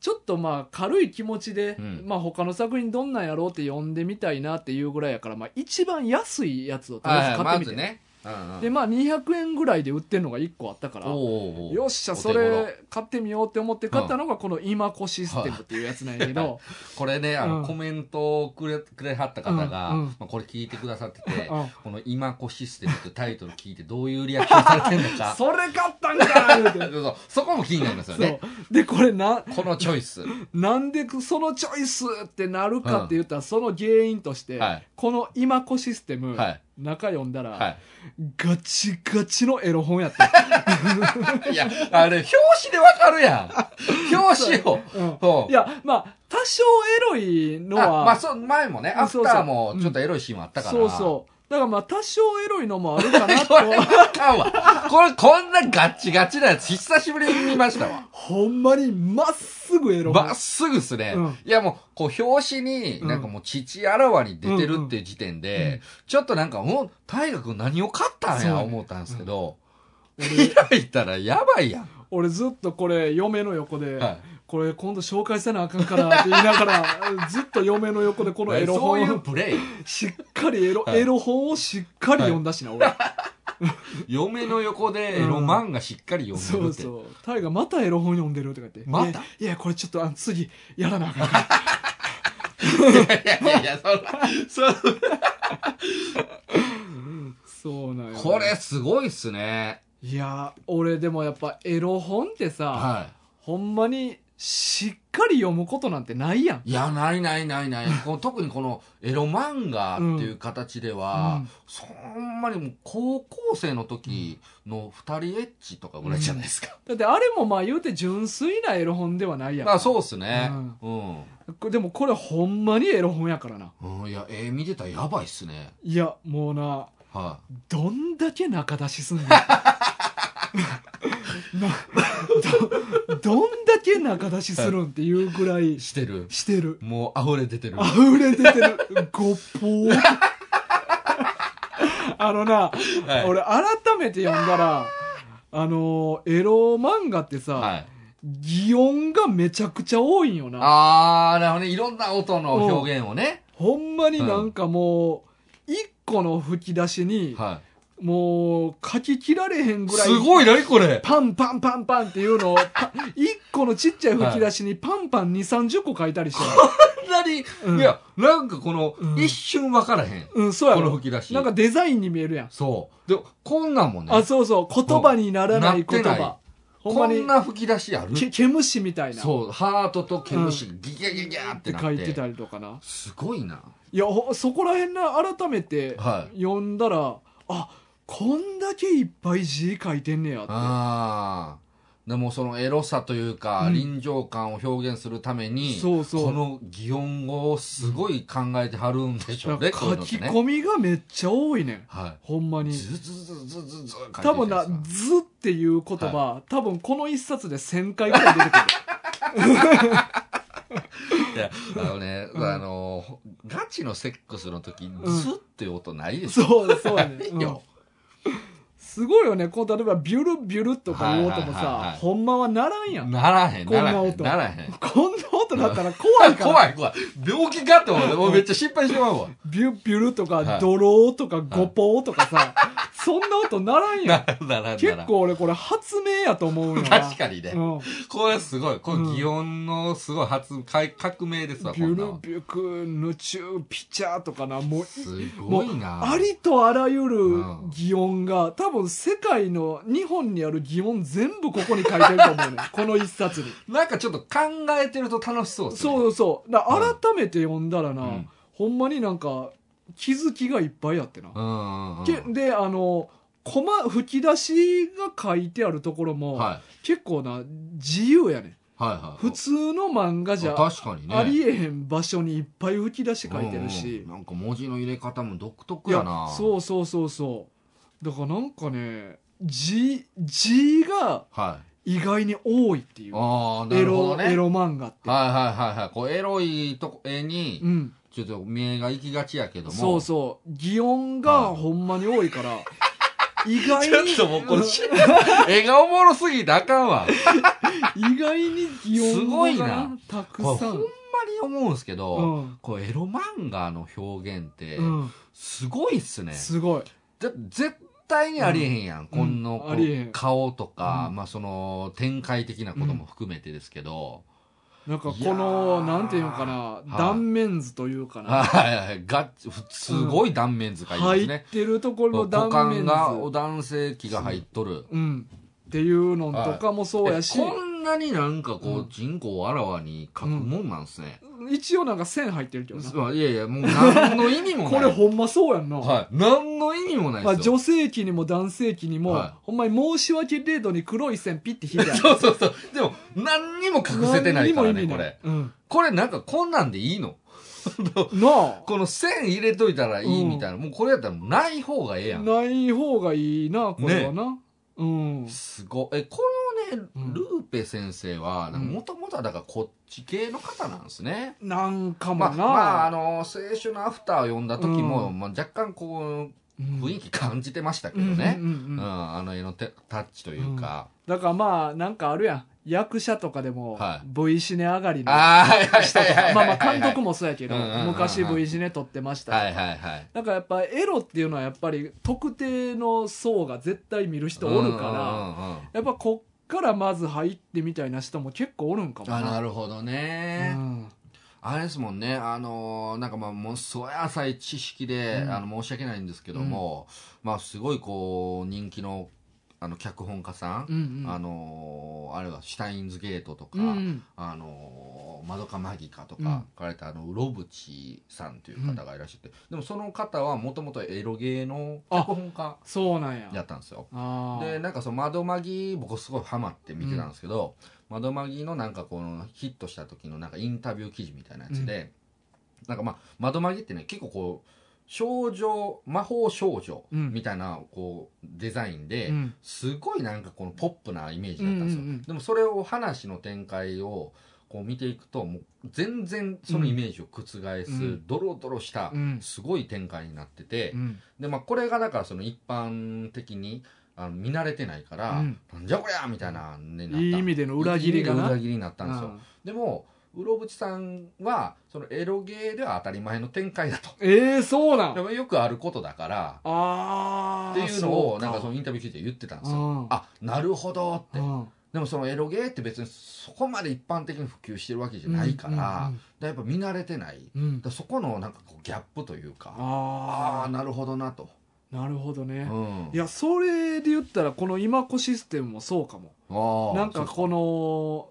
ちょっとまあ軽い気持ちで、
うん
まあ他の作品どんなんやろうって読んでみたいなっていうぐらいやから、まあ、一番安いやつをとり
は
あえ
いは
ず
い、
買っ
ま
てみ
ず
て、
ね。うんうん。
でまあ200円ぐらいで売ってるのが1個あったから
おうおうおう
よっしゃ
お手
そ
頃
れ買ってみようって思って買ったのがこの「今子システム」っていうやつなんや けど、
これね、あ
う
の、
ん
コメントをくれ、くれはった方が、
うんうん
まあ、これ聞いてくださってて、
うん
この今子システムというタイトル聞いてどういうリアクションされてるの か。
それ買ったんか言うて
そうそうそこも気になりますよ ね。
そうでこれな
このチョイス。
なんでそのチョイスってなるかって言ったら、その原因として、
はい
この「今子システム」
はい
中読んだら、
は
ガチガチのエロ本や った、
い。いや、あれ、表紙でわかる やん。表紙を。
うん
そう
いやまあ多少エロいのは
あまあ、そう、前もね、ア
そうそ
フ
う
ターもちょっとエロいシーンもあったから。
そうそうだからまあ多少エロいのもあるかなと
これはあかんわ。これ、こんなガッチガチなやつ、久しぶりに見ました わ。
ほんまにまっすぐエロ
まっすぐっすね。
うん
いやもう、こう、表紙に、なんかもう、父あらわに出てるっていう時点で、
うんうん
ちょっとなんか、うん、大河君何を買ったん
そう
や、思ったんですけど、
俺
開いたらやばいやん。
俺ずっとこれ嫁の横で、
はい
これ今度紹介せなあかんからって言いながら ずっと嫁の横でこのエロ
そう
本
いう
を
プレイ。
しっかりエロ、
はい
エロ本をしっかり読んだしな、俺
嫁の横でエロ漫画しっかり読
そ
んでる
う
って。
そうタイがまたエロ本読んでるとか言って
また
いやいやこれちょっとあの次やらなあかんから
いやいやいや、 そんな、そんな
そうなんよ
これすごいっすね。
いや俺でもやっぱエロ本ってさ、
は
ほんまにしっかり読むことなんてないやん
い。いや、ないないない ない。この特にこのエロ漫画っていう形では、そんまにもう高校生の時の二人エッチとかぐらいじゃないですか。
だってあれもまあ言うて純粋なエロ本ではないやん
まあそうっすね。うん。
これでもこれほんまにエロ本やからな
うん、いや、え見てたらやばいっすね。
いやもうな
は
どんだけ仲出しすん ねんなどどんだけ仲出しするんっていうぐらい
い。してる。
してる
もう溢れ出てる。
あふれ出てるごっぽうあのな、
はい
俺改めて読んだらあのエロ漫画ってさ、
はい。
擬音がめちゃくちゃ多いんよな
あー、なるほどね。いろんな音の表現をね。
ほんまになんかもう一個の吹き出しに
はい。
もう書き切られへんぐらい
すごい、何これ
パンパンパンパンっていうのを パ一個のちっちゃい吹き出しにパンパン2 3 0個書いたりして
そんなに、
うん
いや、なんかこの、
うん
一瞬分からへん。
るうんそうや
この
ろ
吹き出し。
なんかデザインに見えるやん
そう。で、こんなんもね、
あそうそう言葉にならない
な
言
ってない
葉ほん
こ
ま
ん
に
な吹き出しある
け毛虫みたいなっ
そう、ハートと毛虫、ギギャギャギャっ
て
てなって。
書いてたりとかな
すごいな。
いやほそこら辺な改めて
はい
読んだら、あこんだけいっぱい字書いてんねやって
あー。でもそのエロさというか、
うん
臨場感を表現するために、
そうそう
この擬音語をすごい考えてはるんでしょうね、こ
書
ういうのっ
き
てね
込みがめっちゃ多いねん
は
ほんま
い。
に
ずずずずずず書いてる
多分な
やつ
「ず」っていう言葉、多分この一冊で1000回ぐらい出てくる
いや、あのね、
うん
あの、ガチのセックスの時、ズ
ん
ッって音ない ですよ。
そうそう やね、
な
う
い
ん
よ。
すごいよねこう例えば「ビュルビュル」とかいう音もさ、
はいはいはいはい
ほんまはならんやん
ならへん、
こん
な
な
らへん、
音
ならへん。
こんな音だったら怖いから
怖い怖い。病気かって思って、もうめっちゃ心配してまうわ。
ビュッビュルと
は
か
い
ドローとかゴポーとかさ、そんな音 ならんやん
ならならんな
結
ら。
構俺これ発明やと思うんよな
確かにね。
うん、
これすごい。これ
うん
擬音のすごい発、かい革命ですわ、こ
ビュル
んなんは。
ビュクヌチューピチャーとかなもう
す
も
ご
う
いな。
ありとあらゆる
うん
擬音が、多分世界の日本にある擬音全部ここに書いてると思 うねこの一冊に
なんかちょっと考えてると楽しそうですね。
そうそうだ
うん
改めて読んだらな、
うん
ほんまになんか気づきがいっぱいあってな、
うんうんうん。
けであのコマ吹き出しが書いてあるところも、
はい。
結構な自由やねん
はいはい。
普通の漫画じゃ
あ確かにね。
ありえへん場所にいっぱい吹き出し書いてるし、
うんうんなんか文字の入れ方も独特
い
やな。
そうそうそうそうだからなんかね字字が
はい。
意外に多いっていう
ああ、な
エ
るほ
ロ、
どね。
エロ漫画って、
はいはいはいはい。こう、エロいとこ、絵に
う、ん
ちょっと目が行きがちやけども。
そうそう擬音がほんまに多いから、意外
ちょ
に
っともうこの、 絵がおもろすぎてあかんわ。
意外に擬
すご
音
い
が
な
たく
これ
さ
ほん
ん
まに思うんすけど、
うん
こう、エロ漫画の表現って
う、ん、
すごいっすね。
すごい
だ絶対にありえへんやん。こんな、
うん
こ
ありえへ
うん顔とか、
うん
まあその、展開的なことも含めてですけど、
なんかこ
いやー
のなんていうのかな、
い
断面図というかな
はいはいはい。が、すごい断面図がいいです
入
ね
っ。てるところの
股
断面
間
図
が、お男性器が入っとる。
うん、っていうのとかもそうやし、
えこんなになんかこ
う
う、人口をあらわに書くもんなんですね。
一応なんか線入ってるけどな
すまあいやいや、もう何の意味も
こ
ない。
れほんまそうやんな、
はい。何の意味もない
まあ、
ですよ。
女性器にも男性器にも、
は
ほんまに申し訳程度に黒い線ピッて引いてある
そうそうそう。でも、何にも隠せてないから
何に
ね、
も意味
これ。
うん
これなんかこんなんでいいの
な
この線入れといたらいいみたいな、もうこれやったらもうない方がええ
あ
やん。
ない方がいいなこれはな、うん
すごい。え、このね、
うん
ルーペ先生は、
うん
もともとはだからこっち系の方なんですね。
なんかも
ま
な、
あ、まあ、あの、青春のアフターを読んだ時も、
うん
まあ、若干こう、
雰
雰囲気感じてましたけ
う
ど
ん
ね。
うんうん
うん、
うん
あの絵のてタッチというか。
だからまあなんかあるやん役者とかでも、
はい
V シネ上がりの
ああ、はいはい
人と
はい
か
はい。
まあまあ監督もそうやけど、
うんうんうんうん
昔 V シネ撮ってました、
はいはいはい。
なんかやっぱエロっていうのはやっぱり特定の層が絶対見る人おるから、やっぱこっからまず入ってみたいな人も結構おるんかも
ら。あ、
な
なるほどね。あれですもんね、あのーなんかまあ、ものすごい浅い知識で、
うん
あの、申し訳ないんですけども、まあ、すごいこう、人気の、あの、脚本家さん、
うんうんうん
あのーあれは、シュタインズゲートとか、
うんうん
あのー、マドカマギカと
うん
か、書かれた、あの、ウロブチさんという方がいらっしゃって、でもその方は、もともとエロゲーの脚本家
そうなんや
やったんですよ。
あー
でなんかその窓マギ僕すごいハマって見てたんですけど、窓マギのなんかこのヒットした時のなんかインタビュー記事みたいなやつで、なんかまあ窓マギってね結構こう少女魔法少女
うん
みたいなこうデザインで、
うん
すごいなんかこのポップなイメージだったんですよ、
うんうんうん
でもそれを話の展開をこう見ていくともう全然そのイメージを覆す、
ん
ドロドロした
うん
すごい展開になってて、
うん
でまあこれがだからその一般的にあの見慣れてないから、
うん
なんじゃこりゃみたいなねなった
いい意味での裏切りがな
いい意味で裏切りになったんですよ、
うん
でもうろぶちさんはそのエロゲーでは当たり前の展開だと
えー、そうなん
でもよくあることだから
あ
っ
ー
ていうのを
う
なんかそのインタビュー記事で言ってたんですよ
うん
あなるほどって
うん
でもそのエロゲーって別にそこまで一般的に普及してるわけじゃないから,、
うん
やっぱ見慣れてないだか
うんうんうん
らそこのなんかこうギャップというかあ
あ
あなるほどなと、
あなるほど
う
ね、
ん、
いやそれで言ったらこの今子システムもそうかも
ああ
なんかこの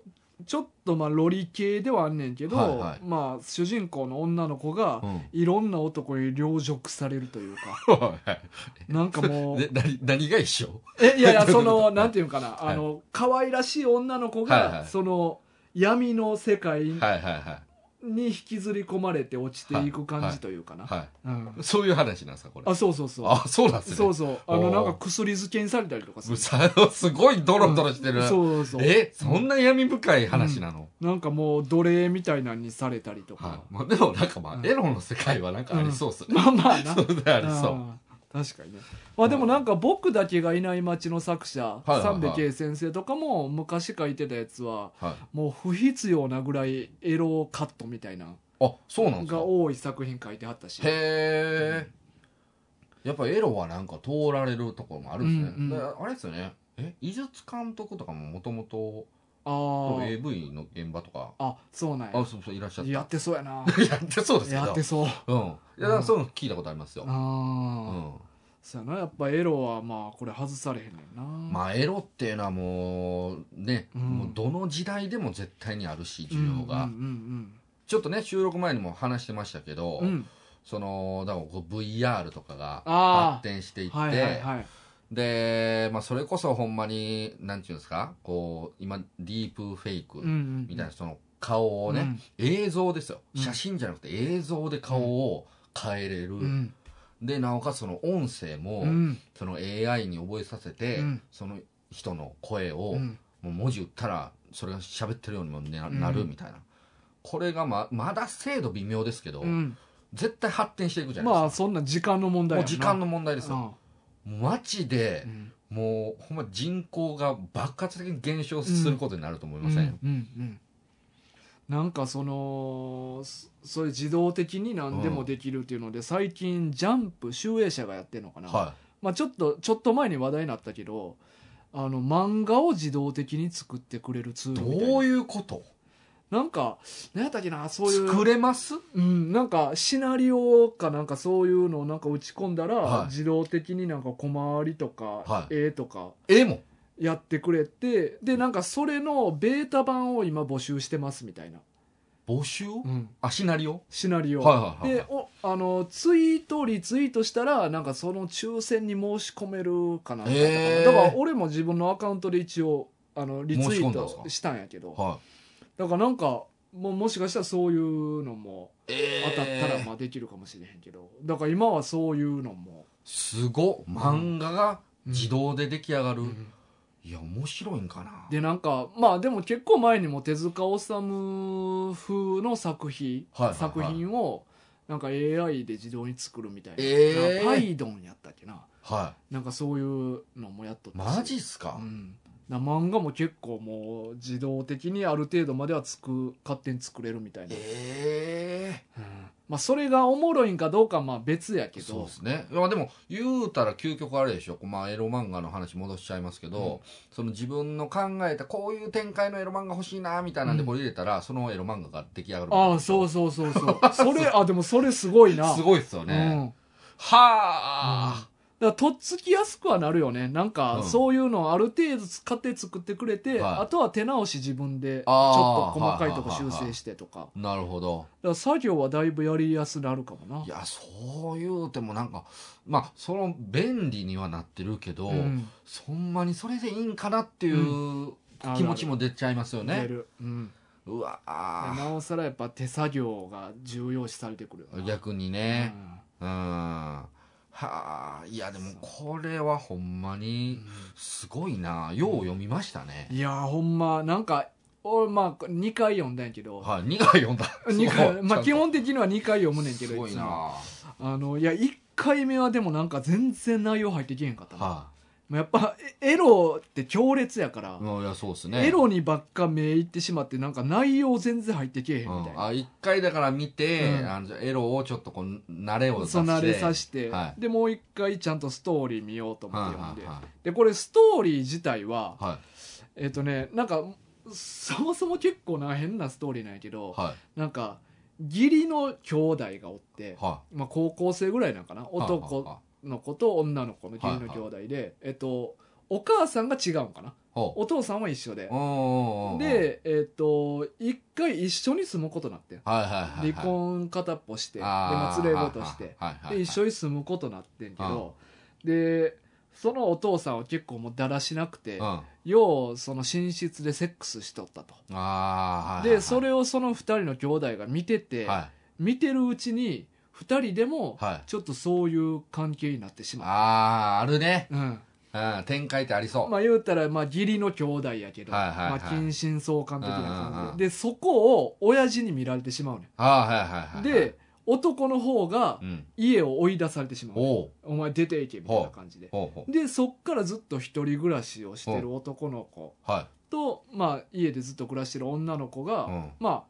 ちょっとまあロリ系ではあんねんけど、
はいはい
まあ主人公の女の子が
うん
いろんな男に凌辱されるというかなんか もう
で何何が一緒
えいやい やそ
は
の
い
なんていうのかなあの可愛らしい女の子
はいは
が
い
その闇の世界
はいはいは
に引きずり込まれて落ちていく感じというか
い、
な、
は
うん
い、そういう話なんですかこれ
あそうそうそう
あそうなんですね
そうそうあ
お
の
ー
なんか薬漬けにされたりとかす
う
る
さすごいドロドロしてる、
そうそうそう
えそんな闇深い話なの、
なんかもう奴隷みたいなのにされたりと
はい
か、
まあ、でもなんかまあ、
うん
エロの世界はなんかありそうっすね、
まあまあな
そうでありそう、
うん確かにね、まあ、でもなんか「僕だけがいない街」の作者
いはいはい
三部圭先生とかも昔書いてたやつは
はい、
もう不必要なぐらいエロカットみたいな
あそうなんですか
が多い作品書いてあったし
へえ、やっぱエロはなんか通られるところもあるんですね、
うんうん
であれですよねえ井筒監督とかももともと
あ
AV の現場とか
ああそうなん
あ
や
そうそういらっしゃった
やってそうやな
やってそうですけど
やってそう
うんいやだからそういうの聞いたことありますよ、う
ああ
ん、
そうやなやっぱエロはまあこれ外されへんねんな
まあエロっていうのはもうね、
うん
もうどの時代でも絶対にあるし需要が、
うんうん
ちょっとね収録前にも話してましたけど、
うんうん、うん、
そのだからこう VR とかが
あー
発展していって、
はいはいはい
で、まあ、それこそほんまになんていうんですかこう今ディープフェイク
うんうん
みたいなその顔をね、
うん
映像ですよ
うん
写真じゃなくて映像で顔を変えれる、
うん
でなおかつその音声も、
うん
その AI に覚えさせて、
うん
その人の声を、
うん
もう文字打ったらそれが喋ってるようにもな,、
うん
なるみたいなこれがままだ精度微妙ですけど、
うん
絶対発展していくじゃない
まあ
です
そんな時間の問
か、
題や
もうん
な
時間の問題ですよ、もう街で
う、ん
もうほんま人口が爆発的に減少することになると思いません、
うんうんうんなんかそのそそういう自動的に何でもできるっていうので、最近ジャンプ集英社がやってるのかな、
は
まあ、ちょっとちょっと前に話題になったけどあの漫画を自動的に作ってくれるツー
い
ルみたい
どう
な
いうこと
なんか何やったっけなそういう
作れます
うん、なんかシナリオかなんかそういうのをなんか打ち込んだら、
はい
自動的になんか小回りとか、
はい
絵とか
絵も
やってくれてでなんかそれのベータ版を今募集してますみたいな、
募集、
うん、
あシナリオ
シナリオ、
はいはいはい
でおあのツイートリツイートしたらなんかその抽選に申し込めるかなんかだったかな、
へー
だから俺も自分のアカウントで一応あのリツイ
申し込
ー
んだんです
ト
か
したんやけど
は
だからなんかもうもしかしたらそういうのも当
え
たったらまあできるかもしれへんけど、だから今はそういうのも、
すごっ漫画が自動で出来上がる、
うん
いや面白いんかな
でなんかまあでも結構前にも手塚治虫風の作品、
はいはいはい
作品をなんか AI で自動に作るみたいな、
ええ
パイドンやったっけな
は
なんかそういうのもやっとっ
い
たし
マジっすか、
うん、な漫画も結構もう自動的にある程度まではつく勝手に作れるみたいな、
ええ
うんまあ、それがおもろいんかどうかはまあ別やけど
そうですねまあでも言うたら究極あれでしょ、まあ、エロ漫画の話戻しちゃいますけど、
うん
その自分の考えたこういう展開のエロ漫画欲しいなみたいなんで
うん
これ入れたら、そのエロ漫画が出来上がる
ああそうそうそうそうそれあでもそれすごいな
すごいっすよ
い
ね、
うん、
はあ、
だからとっつきやすくはなるよねなん
う
か
ん
そういうのをある程度使って作ってくれて、
はい
あとは手直し自分でち
あー
ょっと細かいとこ
はいはいは
修
いはい
正してとかだか
なるほど
ら作業はだいぶやりやすくなるかもない
やそう言うてもなんかまあその便利にはなってるけど、
うん
そんなにそれでいいんかなっていう
あるある
気持ちも出ちゃいますよ
出
ね。
るうん
うわ
で
あ
なおさらやっぱ手作業が重要視されてくるよな
逆にね、うん、はあいやでもこれはほんま
うん
にすごいなよう読みましたね
う。んいやーほんまなんか俺まあ2回読んだんやけど
はい、2回読んだ。
二
すご
回
い
まあ基
ちゃん
本的には2回読む
と
ねんけど
すごい
つ
な。
も
は
あのいや1回目はでもなんか全然内容入ってけへんかったなまあやっぱエエロって強烈やから、
い、いやそうですね。
エロにばっか目いってしまってなんか内容全然入ってけえへんみ
う
たい
ん、
な、
あ一回だから見て、
うん
あのエロをちょっとこう慣れを出して
そんな慣れさして、
は
でもう一回ちゃんとストーリー見ようと思って
はい
読んで、
はいは
でこれストーリー自体はい
はい
えっ、とねなんかそもそも結構な変なストーリーなんやけど、
はい
なんか義理の兄弟がおって、
は
まあ、高校生ぐらいなんかない男の子と女の子の義理の兄弟で、えっとお母さんが違うんかな
ほ
お父さんは一緒で、
うおーおーおー
で、えっと一回一緒に住むことになってん
はいはいはいはい
離婚片っぽしてで、ま
あ
あ、
ー
連れ子として
はいはいはい
で一緒に住むことになってんけどでそのお父さんは結構もうだらしなくて
うんあ
ようその寝室でセックスしとったと
ーはいはいは
で
い
それをその2人の兄弟が見てて
は
見てるうちに2人でも
いはい
ちょっとそういう関係になってしまう
あーあるね
うん
うん展開ってありそう
まあ言うたらまあ義理の兄弟やけど
はいはいはい
まあ近親相関的な
うんうん
感
う
じ
ん
ででそこを親父に見られてしまうねん
あーはいはいはいはい
で男の方が
うん
家を追い出されてしまう、
おう
お前出ていけみたいな感じで
ほうほ
でそっからずっと一人暮らしをしてる男の子
うは
と、まあ、家でずっと暮らしてる女の子が、
いうん
まあ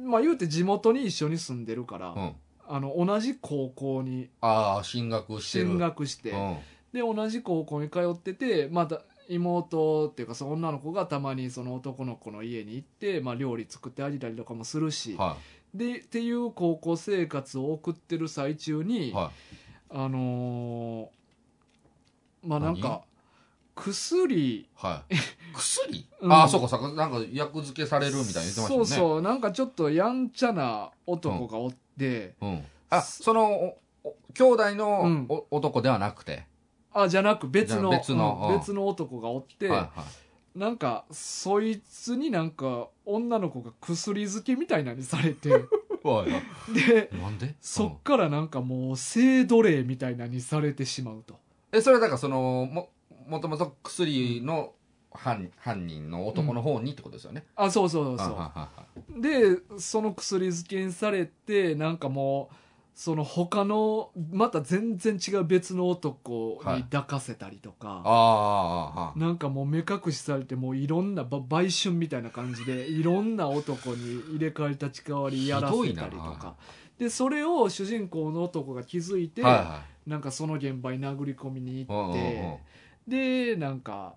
まあ言うて地元に一緒に住んでるから、
うん
あの同じ高校に
ああ進学してる
進学して
うん
で同じ高校に通っててまた妹っていうかその女の子がたまにその男の子の家に行って、まあ、料理作ってあげたりとかもするし、
は
でっていう高校生活を送ってる最中
い
に、
は
あのーまあなん
何
か薬
いはい薬
うん
ああそうかそうかなんか薬漬けされるみたいに言ってましたもん
そ
ね
うそうなんかちょっとやんちゃな男がおって、
うん、あそのおお兄弟のお
うん
男ではなくて、
あじゃなく別の
じゃあ別の
うん
うん
別の男がおって、
はいはい、
なんかそいつになんか女の子が薬漬けみたいなのにされて
おいおい
で
なんで
そ
うん
っからなんかもう性奴隷みたいなのにされてしまうと。
えそれはだからそのももともと薬の犯犯人の男の方にってことですよね、
あそうそうそうそう
はいはいはい
でその薬漬けにされてなんかもうその他のまた全然違う別の男に抱かせたりとか、
あああああ
なんかもう目隠しされてもういろんなば売春みたいな感じでいろんな男に入れ替え立ち替わりやらせたりと
ひどい
か
な
でそれを主人公の男が気づいて、
あはいは
なんかその現場に殴り込みに
いうん
行って。
うんうん
でなんか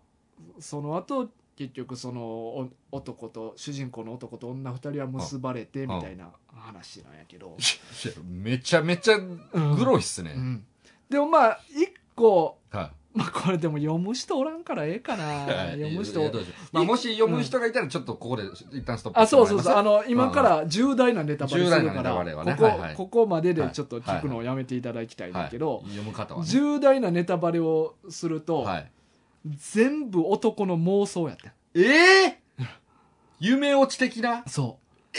その後結局そのお男と主人公の男と女2人は結ばれて
あ
みたいな話なんやけど、
いやめちゃめちゃグ
うん
ロいっすね、
うんでもまあ一個、
は
まあ、これでも読む人おらんからええかな
いはい
読む
いや
人
どうしようまあ、もし読む人がいたらちょっとここで一旦ストップ
あそうそうそうあ
の
の今から重大なネタバレするか
重大なネタ
ら、
バレはね
ここ
はいはい
ここまででちょっと聞くのをやめていただきたいんだけど、
はい、読む方はね
重大なネタバレをすると、
はい、
全部男の妄想やった
ええ夢落ち的な
そう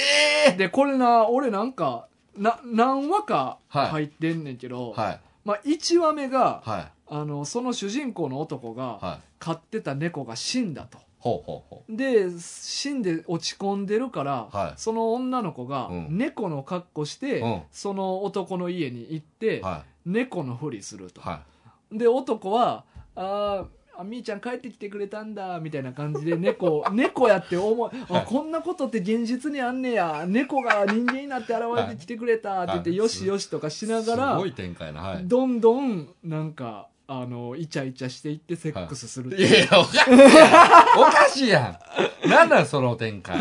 ええ
でこれな俺なんかな何話か
はい
入ってんねんけど、
はい
まあ、1話目が、
はい
あのその主人公の男が
はい
飼ってた猫が死んだと。
ほうほうほ
で死んで落ち込んでるから、
はい
その女の子が
うん
猫の格好して、
うん
その男の家に行って、
うはい
猫のふりすると、
は
で男は「あーあみーちゃん帰ってきてくれたんだ」みたいな感じで 猫猫やって思い、あ
はい
こんなことって現実にあんねや猫が人間になって現れてきてくれたって言って、
はい
よしよしとか
い
しなが
す
ら
ごい展開なはい
どんどんなんかあのイチャイチャしていってセックスするって
い
いう,、
やいやおかしいやんおかしいやんなんなんその展開
っ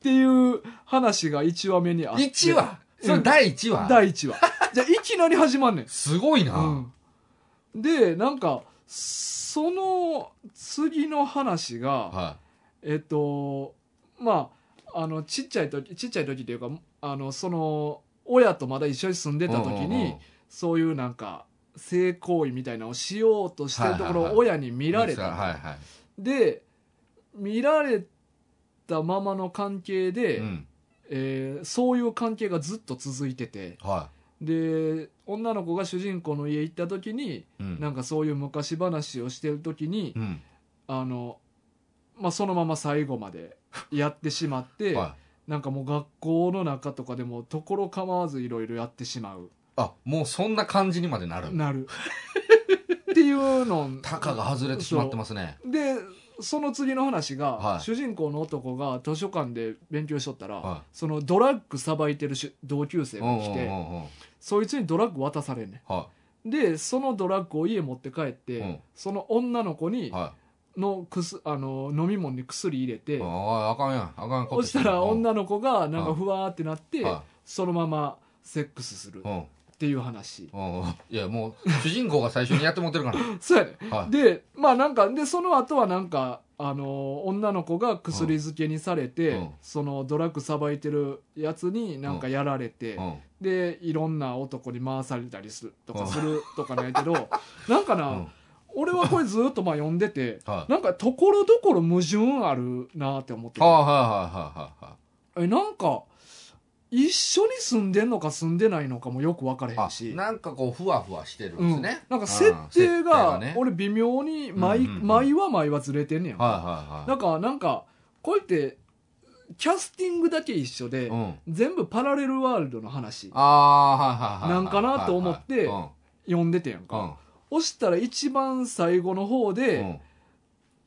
ていう話が1話目にあって
1話それ第1話、
第1話じゃあいきなり始まんねん
すごいな、
うん、でなんかその次の話が
は
えっとまああのちっちゃい時ちっちゃい時っていうかあのその親とまだ一緒に住ん
い
でた時に、
うんうんうん
そういうなんか性行為みたいなのをしようとしてるところ
はいはいは
を
い
親に見られた、
はいは
で見られたままの関係
い、
で、
うん
えーそういう関係がずっと続いてて
は
で女の子が主人公の家行った時に
いうん
なんかそういう昔話をしてる時に、
うん
あの、まあ、そのまま最後まで やってしまって、
はい、
なんかもう学校の中とかでもところ構わずいろいろやってしまう
あもうそんな感じにまでなる
なるっていうの
タカが外れてしまってますね
でその次の話が、
はい
主人公の男が図書館で勉強しとったら、
は
そのドラッグさばいてるし同級生
い
が
うんうん
来て、
うんうん
そいつにドラッグ渡されんね
は
んでそのドラッグを家持って帰って、
うん
その女の子に、
いは
のくすあの飲み物に薬入れて、
いああかんやんあかんこと
そしたら女の子がなんかふわーってなって、
は
そのままセックスする
いうん
っていう話、
うんうんいやもう主人公が最初にやって持ってるから
そうやね
はい
でまあなんかでその後はなんかあの女の子が薬漬けにされて、
うん
そのドラッグさばいてるやつになんかやられて、
うん
でいろんな男に回されたりするとかするとかなんやけど、なんかな、
うん
俺はこれずっとまあ読んでて
はい
なんかところどころ矛盾あるなって思って
あ
て
あはいはいはいはいはい
えなんか一緒に住んでんのか住んでないのかもよく分からへん
あ
し
なんかこうふわふわしてるんですね、
うん、なんか設定
あ
が
ー設定ね
俺微妙に毎,、
うんうんうん
毎は毎はずれてんねやんか、
はいはい
な
は
んかなんかこうやってキャスティングだけ一緒で、
いうん
全部パラレルワールドの話
ああはいはいはいはい
なんかなと思って
うん
読んでてやんか、押したら一番最後の方
うん
で、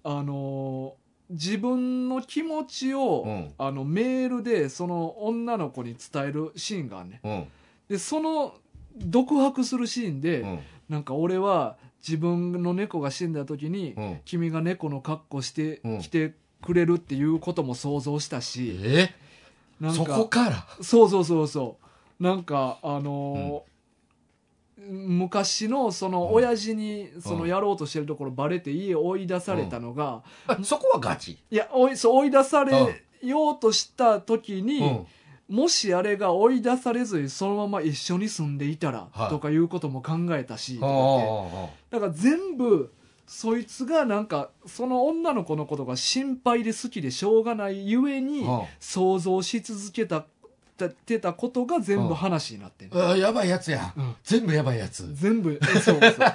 あのー自分の気持ちを、
うん
あのメールでその女の子に伝えるシーンがあんねん
うん
でその独白するシーンで、
うん
なんか俺は自分の猫が死んだ時に、
うん
君が猫の格好して
うん
来てくれるっていうことも想像したし、
え
なん
そ
か
こから
そうそうそうそうなんかあのー昔のその親父にそのやろうとしてるところバレて家追い出されたのが、
あそこはガチ、
いや追いそう追い出されようとした時に、
うん
もしあれが追い出されずにそのまま一緒に住んでいたら
はい
とかいうことも考えたし、
ああああ
だから全部そいつがなんかその女の子のことが心配で好きでしょうがないゆえに
はあ
想像し続けたたてたことが全部
はあ
話になってんの、
ああやばいやつや、
うん
全部やばいやつ
全 部えそうそう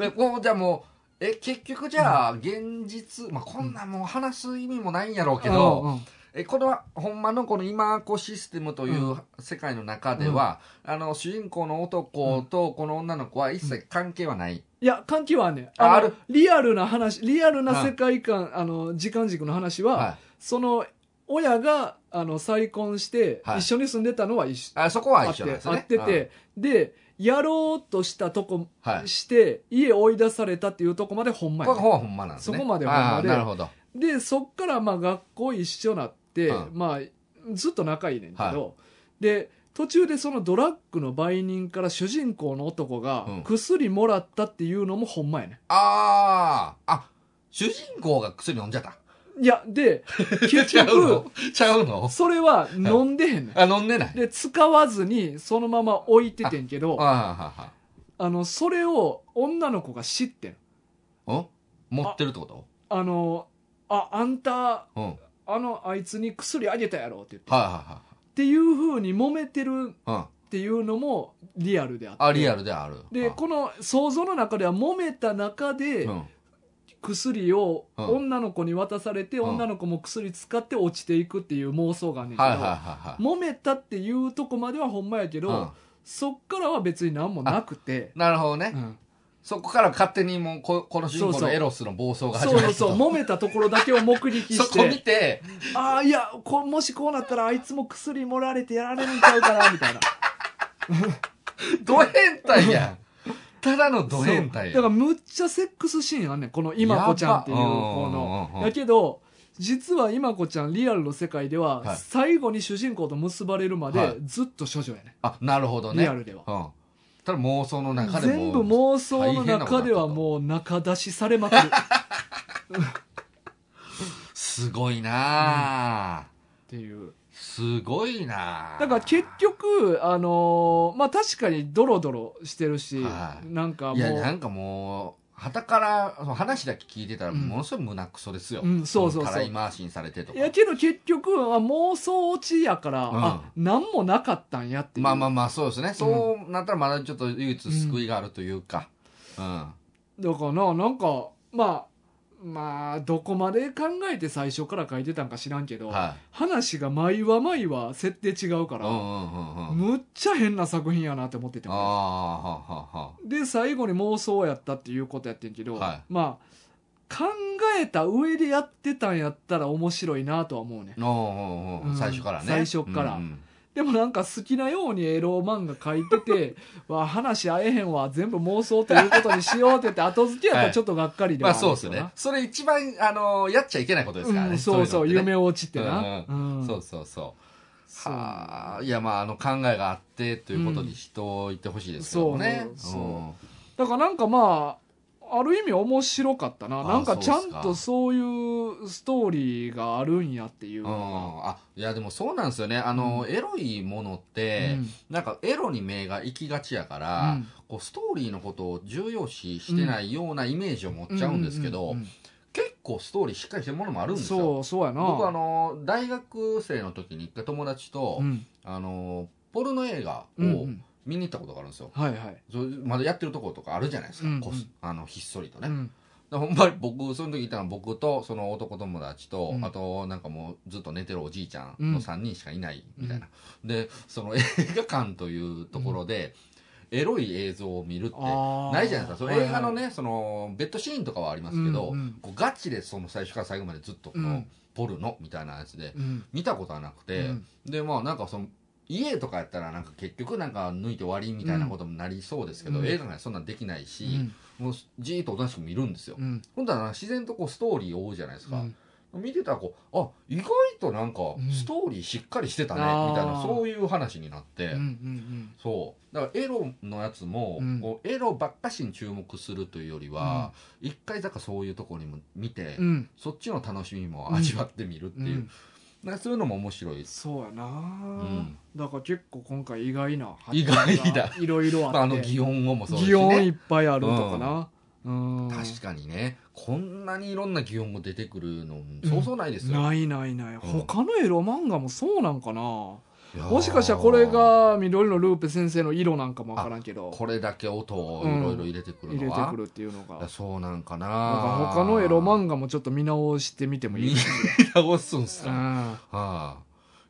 えこうじゃあもうえ結局じゃあ現実、まあ、こんなんもう話す意味もないんやろうけど、
うんうん
えこれはほんまのこの今子システムというう世界の中では、あの主人公の男とこの女の子は一切関係はない、
いや関係はね
あ
の
ある
リアルな話リアルな世界観、あの時間軸の話は、
はい
その親があの再婚して、
はい
一緒に住んでたのは一緒
あそこは
あっ
一緒
て
なんです
合
ね
ってて、でやろうとしたとこ
うんはい
して、家追い出されたっていうとこまでほんま
こ
や
こ
ね
はほんまなんですね
そこまでほんまで
あーなるほど
でそっからまあ学校一緒なって、
うん
まあずっと仲いいねんけど、で途中でそのドラッグの売人から主人公の男が
うん
薬もらったっていうのもほんまやね
あーあ主人公が薬飲んじゃった
んいやで結
ちゃう
局
のちゃうの
それは飲んでへんねん、
あ飲んでない
で使わずにそのまま置いててんけどあ
あ
のそれを女の子が知ってん
ーはーはーん持ってるってこと
あのああんた
うんはい
あのあいつに薬あげたやろって言って
はいは
っていうふうに揉めてる
うん
っていうのもリアルであって
あリアルである
でこの想像の中では揉めた中で
うん
薬を
うん
女の子に渡されて
うん
女の子も薬使って落ちていくっていう妄想があんねんけ
はい
ど
はいはいはい
揉めたっていうとこまではほんまやけど、
うん
そっからは別に何もなくて、
なるほどね、
うん
そこから勝手にもうここの主人
そう
公
そう
のエロスの暴走が始
そう
まる
そうそう揉めたところだけを目撃
そ
し
こ見
て
て
ああいやこもしこうなったらあいつも薬盛られてやられるんちゃうかなみた いな
ド変態やんただのド変態
そ
や
うだ
ん
からむっちゃセックスシーンあんねんこの今子ちゃんっていう
や
こ
ば
の
うんうんうんうん
だけど実は今子ちゃんリアルの世界で
は
はい最後に主人公と結ばれるま
は
で
い
ずっと処女やね
あなるほど
んリ
ね
ア
うん
ルでは
ただ妄想の中でも
全部妄想の中ではもう中出しされまくるっ
すごいなあ
ていう
すごいなあ
だから結局あのーまあ確かにドロドロしてるし
はい
なんかも
いやな
うん
かもうはからその話だけ聞いてたら
うん
ものすごい胸くそですよ、
うんそうそうそう
たらい回しにされてと
い
か
やけど結局あ妄想落ちやから、
うん
あ何もなかったんやっていう
まあまあまあそうですねそうなったらまだちょっと唯一救いがあるというかうん
だからななんかまあまあどこまで考えて最初から書いてたんか知らんけど、
は
話が毎話毎話設定違うか
い。うんう
ら、
んうんうん。
むっちゃ変な作品やなって思ってて
ああ、はあは
で最後に妄想やったっていうことやってんけど、
は
まあ考えた上でやってたんやったら面白いなとは思うね
あ。おうおうお
うん
う最初からね。
最初から
うんうん
でもなんか好きなようにエロ漫画書いてて わ話合えへんわ全部妄想ということにしようって言って後付けやったらちょっとがっかりで
ま
は
あ
あるけ
そう
ど
ですよね。それ一番、あのーやっちゃいけないことですから
う
ね。
ん、そうそう
いのってね
夢落ちってな、
う
うん
そうそうそう。
そう
はあ、いやまああの考えがあってということにしておいてほしいですけどもね。
そうそうんだからなんかまあある意味面白かったな
あ
なんかちゃん
そう
と
っ
そういうストーリーがあるんやっていう
う
の
ん、あいやでもそうなんですよねあの、
う
エロいものっ
が、
て、
うん
なんかエロに目が行きがちやから、
うん
こうストーリーのことを重要視してないようなイメージを持っちゃうんですけど、
ううん
結構ストーリーしっかりしてるものもあるんです
そ
よ。
うそうやな
僕あの大学生の時に一回友達と、
うん
あのポルノ映画
うんう
を
ん
見に行ったことがあるんですよ。
はいはい、
そうまだやってるところとかあるじゃないですか、
うん
こすあのひっそりと
う
ね。
ん
だからほんまに僕その時いたのは僕とその男友達と、
うん
あとなんかもうずっと寝てるおじいちゃんの3人しかいないみたいな、でその映画館というところで、エロい映像を見るって
あー
ないじゃないですかその映画のね、
はいはい
そのベッドシーンとかはありますけど、
うんうん
こうガチでその最初から最後までずっとこ
う
の
ん
ポルノみたいなやつで
うん
見たことはなくて、
うん
でまあなんかその家とかやったらなんか結局なんか抜いて終わりみたいなことになりそうですけど、
うん
映画がそんなんできないし、
うん
もうじーっとおとなしく見るんですよ。
うん
ほんだら自然とこうストーリーを追うじゃないですか、
うん
見てたらこうあ意外となんか
うん
ストーリーしっかりしてたね、
あー
みたいなそういう話になっ
う
て、
んうん
そうだからエロのやつも、
うん
こうエロばっかしに注目するというよりは、一回だからそういうところにも見て、
うんうん
そっちの楽しみも味わってみるって
う
いう、
ん
なんかそういうのも面白いです、
そうやな、
ん
だから結構今回意外な
意外だ
いろいろあっ
ま
て、
あ、あの擬音語もそうです
擬
し
音い
ね
っぱいあるとかな、うん
確かにねこんなにいろんな擬音語出てくるのそうそうないですよ、
ないないない、他のエロ漫画もそうなんかなも
いやー
しかしたらこれが緑のルーペ先生の色なんかもわからんけど
これだけ音をいろいろ入れてくる
入れ
の
て
は、
くるっていうのが
い
な
や
んか
そうなんかな
他のエロ漫画もちょっと見直してみてもい い
見直すんす
う
か、は
ん
あ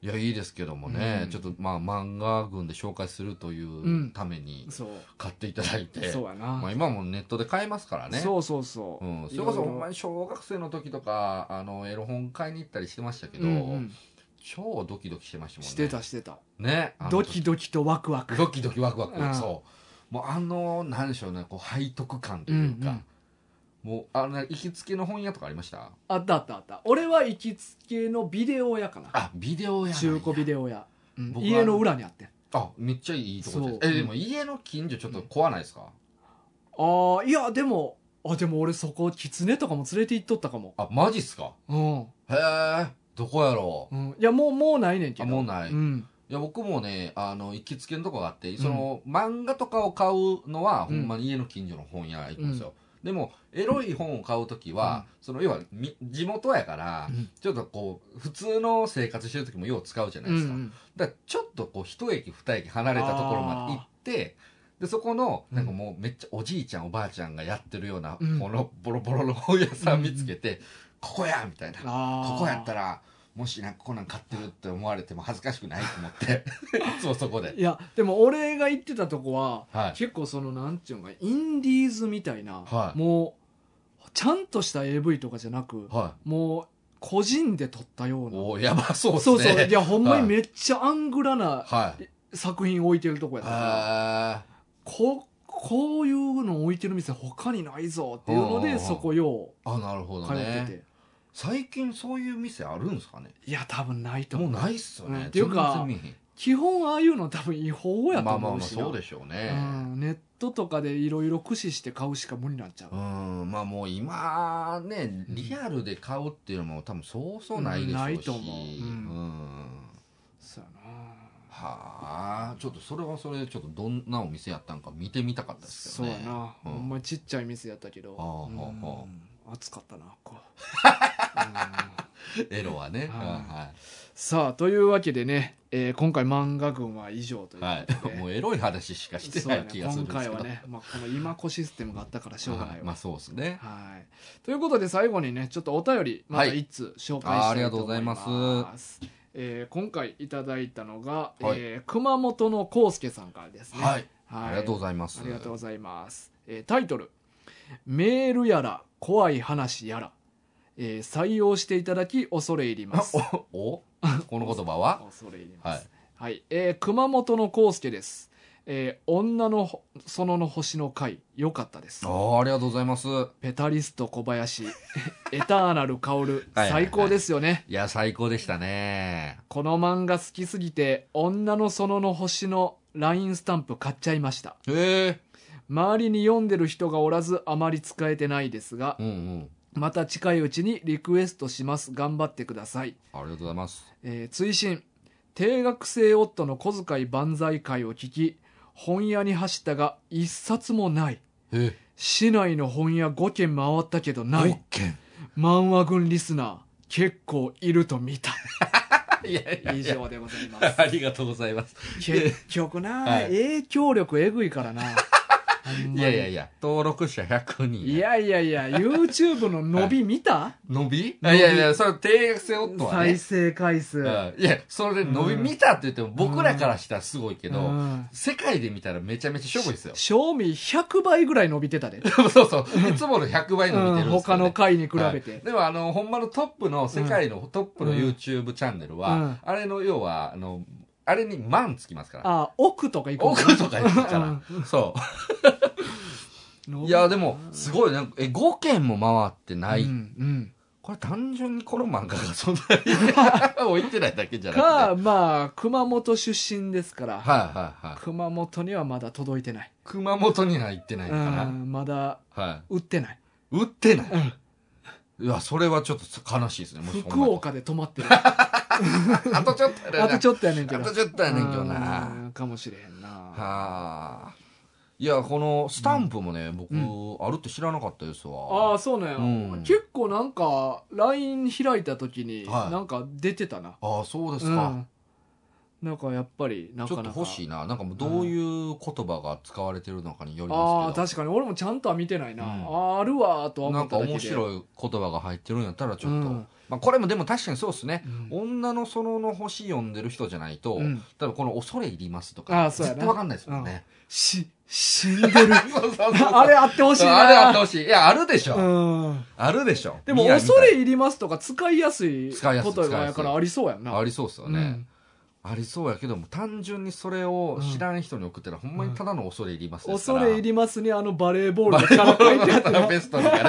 いやいいですけどもね、
うん
ちょっとまあ漫画群で紹介するとい
ん
うために
そう
買っていただいて、
そうやな、
まあ、今もネットで買えますからね
そうそうそう、
ん、それこ
い
そ
ろいろ
ほんまに小学生の時とかあのエロ本買いに行ったりしてましたけど、
うんうん
超ドキドキしてましたもんね
してたしてた
ねあの
ドキドキとワクワク
ドキドキワクワク、
うん
そうもうあのなんでしょうねこう背徳感というか、もうあの行きつけの本屋とかありました
あったあったあった俺は行きつけのビデオ屋かな
あビデオ屋なんや
中古ビデオ屋、うん
僕は
家の裏にあってん
あめっちゃいいとこじゃないですか
そう
えでも家の近所ちょっと怖ないですか、
ああいやでもあでも俺そこキツネとかも連れて行っとったかも
あマジっすか
うん、
へえどこやろう
うん、いやもうもうないねんけ
あ
ど
もうない、
う
い
ん
や僕もねあの行きつけのとこがあってその、漫画とかを買うのは、ほんまに家の近所の本屋行くんですよ、でもエロい本を買う時は、その要はみ地元やから、
うん
ちょっとこう普通の生活してる時もよう使うじゃないですか、
うん
だからちょっとこう一駅二駅離れたところまで行ってでそこのなんかもうめっちゃおじいちゃんおばあちゃんがやってるような、
うん
このボロボロの本屋さん見つけて、ここやみたいな
あー
ここやったらもしなんかこんなん買ってるって思われても恥ずかしくないと思っていつも そこで
いやでも俺が行ってたとこは、
はい
結構そのなんていうのかインディーズみたいな、
はい
もうちゃんとした AV とかじゃなく、
は
もう個人で撮ったよう
い
な
おおやばそうです
そ
ね
うそういやほんま
は
に
い
めっちゃアングラな
はい
作品置いてるとこやったから
あ
ここういうの置いてる店他にないぞっていうの
うんうんう
で
ん
そこよ
ーあなるほ
う
ど
通ってて、
ね最近そういう店あるんですかね
いや多分ないと
も
思
う
う
ないっすよ
うん
ね
っていうか
全然見え
基本ああいうの多分違法
へ
やと
んまあま
思
あま
う
あ
し
そうでしょうね
うんネットとかでいろいろ駆使して買うしか無理になっちゃう
う、んまあもう今ねリアルで買うっていうのも多分そうそうないでしょう
うんな
し、ん、
いと思ううんそうや
はあちょっとそれはそれでちょっとどんなお店やったんか見てみたかった
な
です
そ
け
う
ど
や
ね
な、
うん
ほんまにちっちゃい店やったけど、
ああ
うん
ああ
暑かったなこう うん
エロはね。
は
は
さあというわけでね、えー今回漫画群は以上とい
い。
う
は
こと
い。
で、
もうエロい話しかして
そう
な
や
い
ね
気がするんですけど。
今回はね、まあ、この今子システムがあったからしょうがない
はい
わ、
まあそうですね。
はい。ということで最後にね、ちょっとお便り、また
はい
一通紹介したいと思います。。
あーありがとうございます
えー今回いただいたのが、
はい
えー熊本の康介さんからですね。
はい。
はい
ありがとうございます。
ありがとうございます。えータイトル、メールやら怖い話やら、えー採用していただき恐れ入ります。
あおおこの言葉は
恐れ入ります。はい、えー熊本の康介です。えー女のほ園の星の会、良かったです
あ。ーありがとうございます。い
ペタリスト小林 エターナル薫
はいはいはい
最高ですよね
や、最高でしたね。
この漫画好きすぎて女の園の星のラインスタンプ買っちゃいました
へえ。
周りに読んでる人がおらずあまり使えてないですが
うんうん。
また近いうちにリクエストします頑張ってください、
ありがとうございます。
えー追伸定額制夫の小遣い万歳会を聞き本屋に走ったが一冊もない
へえ。
市内の本屋5軒回ったけどない
件。
漫画軍リスナー結構いると見 た
いやいや
以
いや。
上でございま す
ありがとうございます。
結局な、
はい
影響力えぐいからなほんま
い
に
やいやいや、登録者100人。
いやいやいや YouTube の伸び見た、
伸び
伸び
いやいや、それ定額制夫はね
再。生回数、
うんいや、それで伸び見たって言っても、僕らからしたらすごいけど、
うん
世界で見たらめちゃめちゃしょぼいですよ。
賞味100倍ぐらい伸びてた で、
そうそう。いつもの100倍伸び
う
て
ん
るんですよ、
他
ね
の回に比べ
は
て
い、でもあの、ほんまのトップの、世界のトップの
うん
YouTube チャンネルは、
うん
あれの要は、あの、あれに万つきますから。
あ奥とか行くもんな
億とか言ってたら。そ
伸
う。
び
いや、でも、すごいね。え、5件も回ってない。
うんうん
これ単純にこの漫画がそんなに 置いてないだけじゃなくて。は
かまあ熊本出身ですから、
いはいはい。
熊本にはまだ届いてない、
熊本には行ってないのかな。
うんまだ
は
売ってない
い。売ってない。いや、それはちょっと悲しいですね。もしほん
福
まに
岡で止まってる
あとちょっとやねんな
あとちょっとやねんけど
あとちょっとやねんけどな
うんかもしれへんな
はあ。いや、このスタンプもね、僕、あるって知らなかったです
あ
わ。
あそうなんや、
うん
結構なんか LINE 開いた時に
はい
なんか出てたな、
ああ、そうですか。
うん、なんかやっぱりな
ち
か
ょっ
な
と
か
欲しいな。なんかもうどういう言葉が使われてるのかにより
ああ
ますけど。
確かに俺もちゃんとは見てないな、
うん
あーあるわーとは思
な
っ
んか
ただけで
面白い言葉が入ってるんやったらちょっと、
うん
まあこれもでも確かにそうですね、
うん
女の園の星読んでる人じゃないと、
うん
多分この「恐れ入ります」と
あ
か
ーそうや
絶
な
対わかんないですもんね、
し死んでる
そうそうそ う
あれあってほしいな
あれあってほしいいやあるでしょ、
うん、
あるでしょ
でも
見ない見ない
恐れ入りますとか使いやすい
使いやす
こ
い
とやからありそうやんな
ありそうっすよね、ありそうやけども単純にそれを知らん人に送ったら、ほんまにただの恐れ入ります
うん
ですか
恐
ら
れ 入りますにあのバレーボール
バ
の
レ
キ
ー
ャ
ボ
ラ書い
ー
て
ル
あ
の
ってな
タペストリーが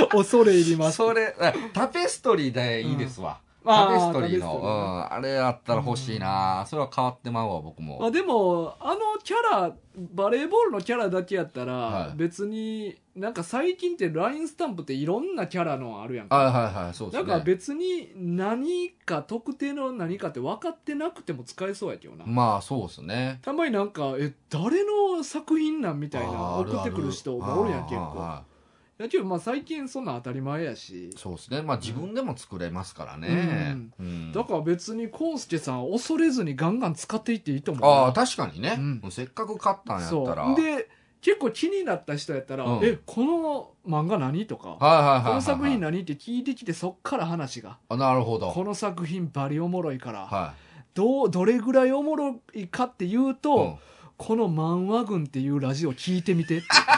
ね
恐れ入ります
それあタペストリーでいいですわ、
うんあー
タペストリー
タペ
の
ストリー
うん、あれあったら欲しいな、それは変わってまうわ僕も、
まあでもあのキャラバレーボールのキャラだけやったら、
はい
別になんか最近ってラインスタンプっていろんなキャラのあるやんか、
はいはいはい、そうで
な
す
ん
ね。
か別に何か特定の何かって分かってなくても使えそうやけどな、
まあそうですね。
たまになんかえ誰の作品なんみたいな
あー
送ってくる人がおるやん結構
あ
野球部まあ最近そんなん当たり前やし
そうですねまあ自分でも作れますからね、うん
だから別にコウスケさん恐れずにガンガン使っていっていいと思う
ああ確かにね、
うん
もうせっかく買ったんや
そ
ったら
うで結構気になった人やったら「
うん
えこの漫画何?」とか
はいはいは
「
いはいはい
この作品何?」って聞いてきてそっから話が
あなる
「
ほど
この作品バリおもろいから、
は
どうどれぐらいおもろいかっていう
い、
と、この「漫画軍」っていうラジオ聞いてみてって言って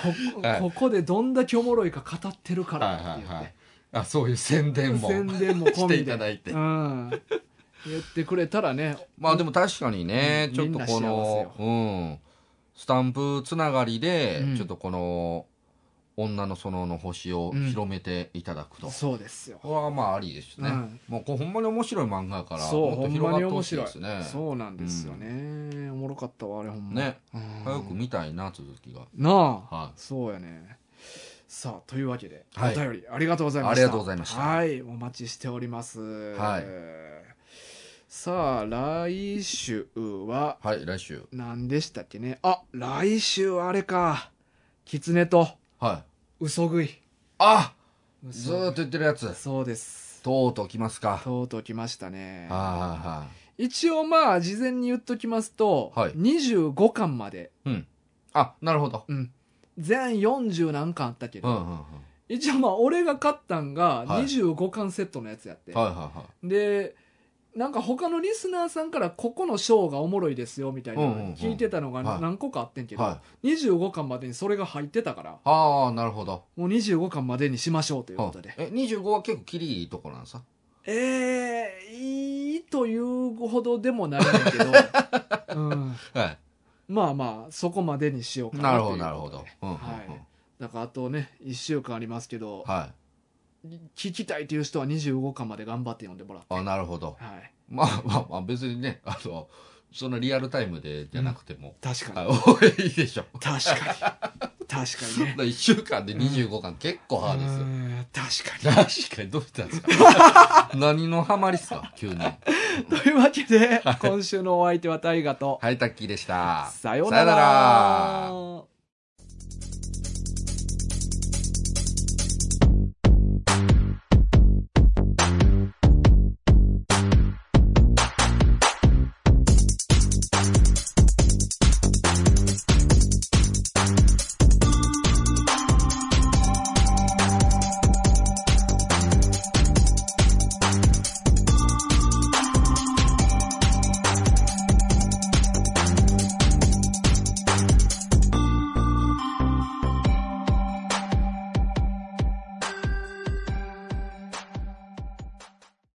ここ
はい
ここでどんだけおもろいか語ってるか
は
らって
いは
言
い
って、
はいあそういう宣伝も
宣伝も込みで
していた だいて
うん、言ってくれたらね
まあでも確かにね、
うん
ちょっとこの、うん、スタンプつながりで、
うん
ちょっとこの、女の園の星を
うん
広めていただくと。
そうですよ
これはまあありですね。
うん
もうこれほんまに面白い漫画やから、
そう
もっと広がってほしいですね。
そうなんですよね、おもろかったわあれほんま
ね、
うん
早く見たいな、続きが。
なあ、
は
そうやねさあというわけで、
はい
お便りありがとうございました
ありがとうございました
はいお待ちしております
はい。
さあ来週はい
はい、来週。
何でしたっけねあ来週はあれか狐と
はい。
嘘食い
あず
嘘
ー
食
っと
い
言ってるやつ。
そうです
とうとう来ますか。
とうとう来ましたね
は
一応まあ事前に言っときますと、
はい
25巻まで、
いはいはい。うん。あ、なるほど。
うん、全40何巻あったけ
う
ど、
んうんうん。は
一応まあ俺が買ったんが
はい
25巻セットのやつやって、
いはいは
でなんか他のリスナーさんからここの章がおもろいですよみたいなの聞いてたのが
うんうんうんはい
何個かあってん
い。
けど、
はい。
25巻までにそれが入ってたから
ああ、なるほど。
もう25巻までにしましょうということで、
え25は結構きりいいとこなんさ
えー、いいというほどでもないんだけど、 うん、
は
まあまあそこまでにしよう
い
かな
なるほ
と
ど
いう
なるほどうんうんうん
はいだからあとね1週間ありますけど、
はい
聞きたいという人は25巻まで頑張って読んでもらって
あなるほど
はい
まあまあまあ別にねあのそんなリアルタイムでじゃなくても、
確か
あ
に
多いでしょ
確かに確か にね
1週間で25巻結構ハードですよ
うん確かに
確かにどうしたんですか 何のハマりっすか急には
というわけで今週のお相手は大ガと
いタッキーでした
さようなら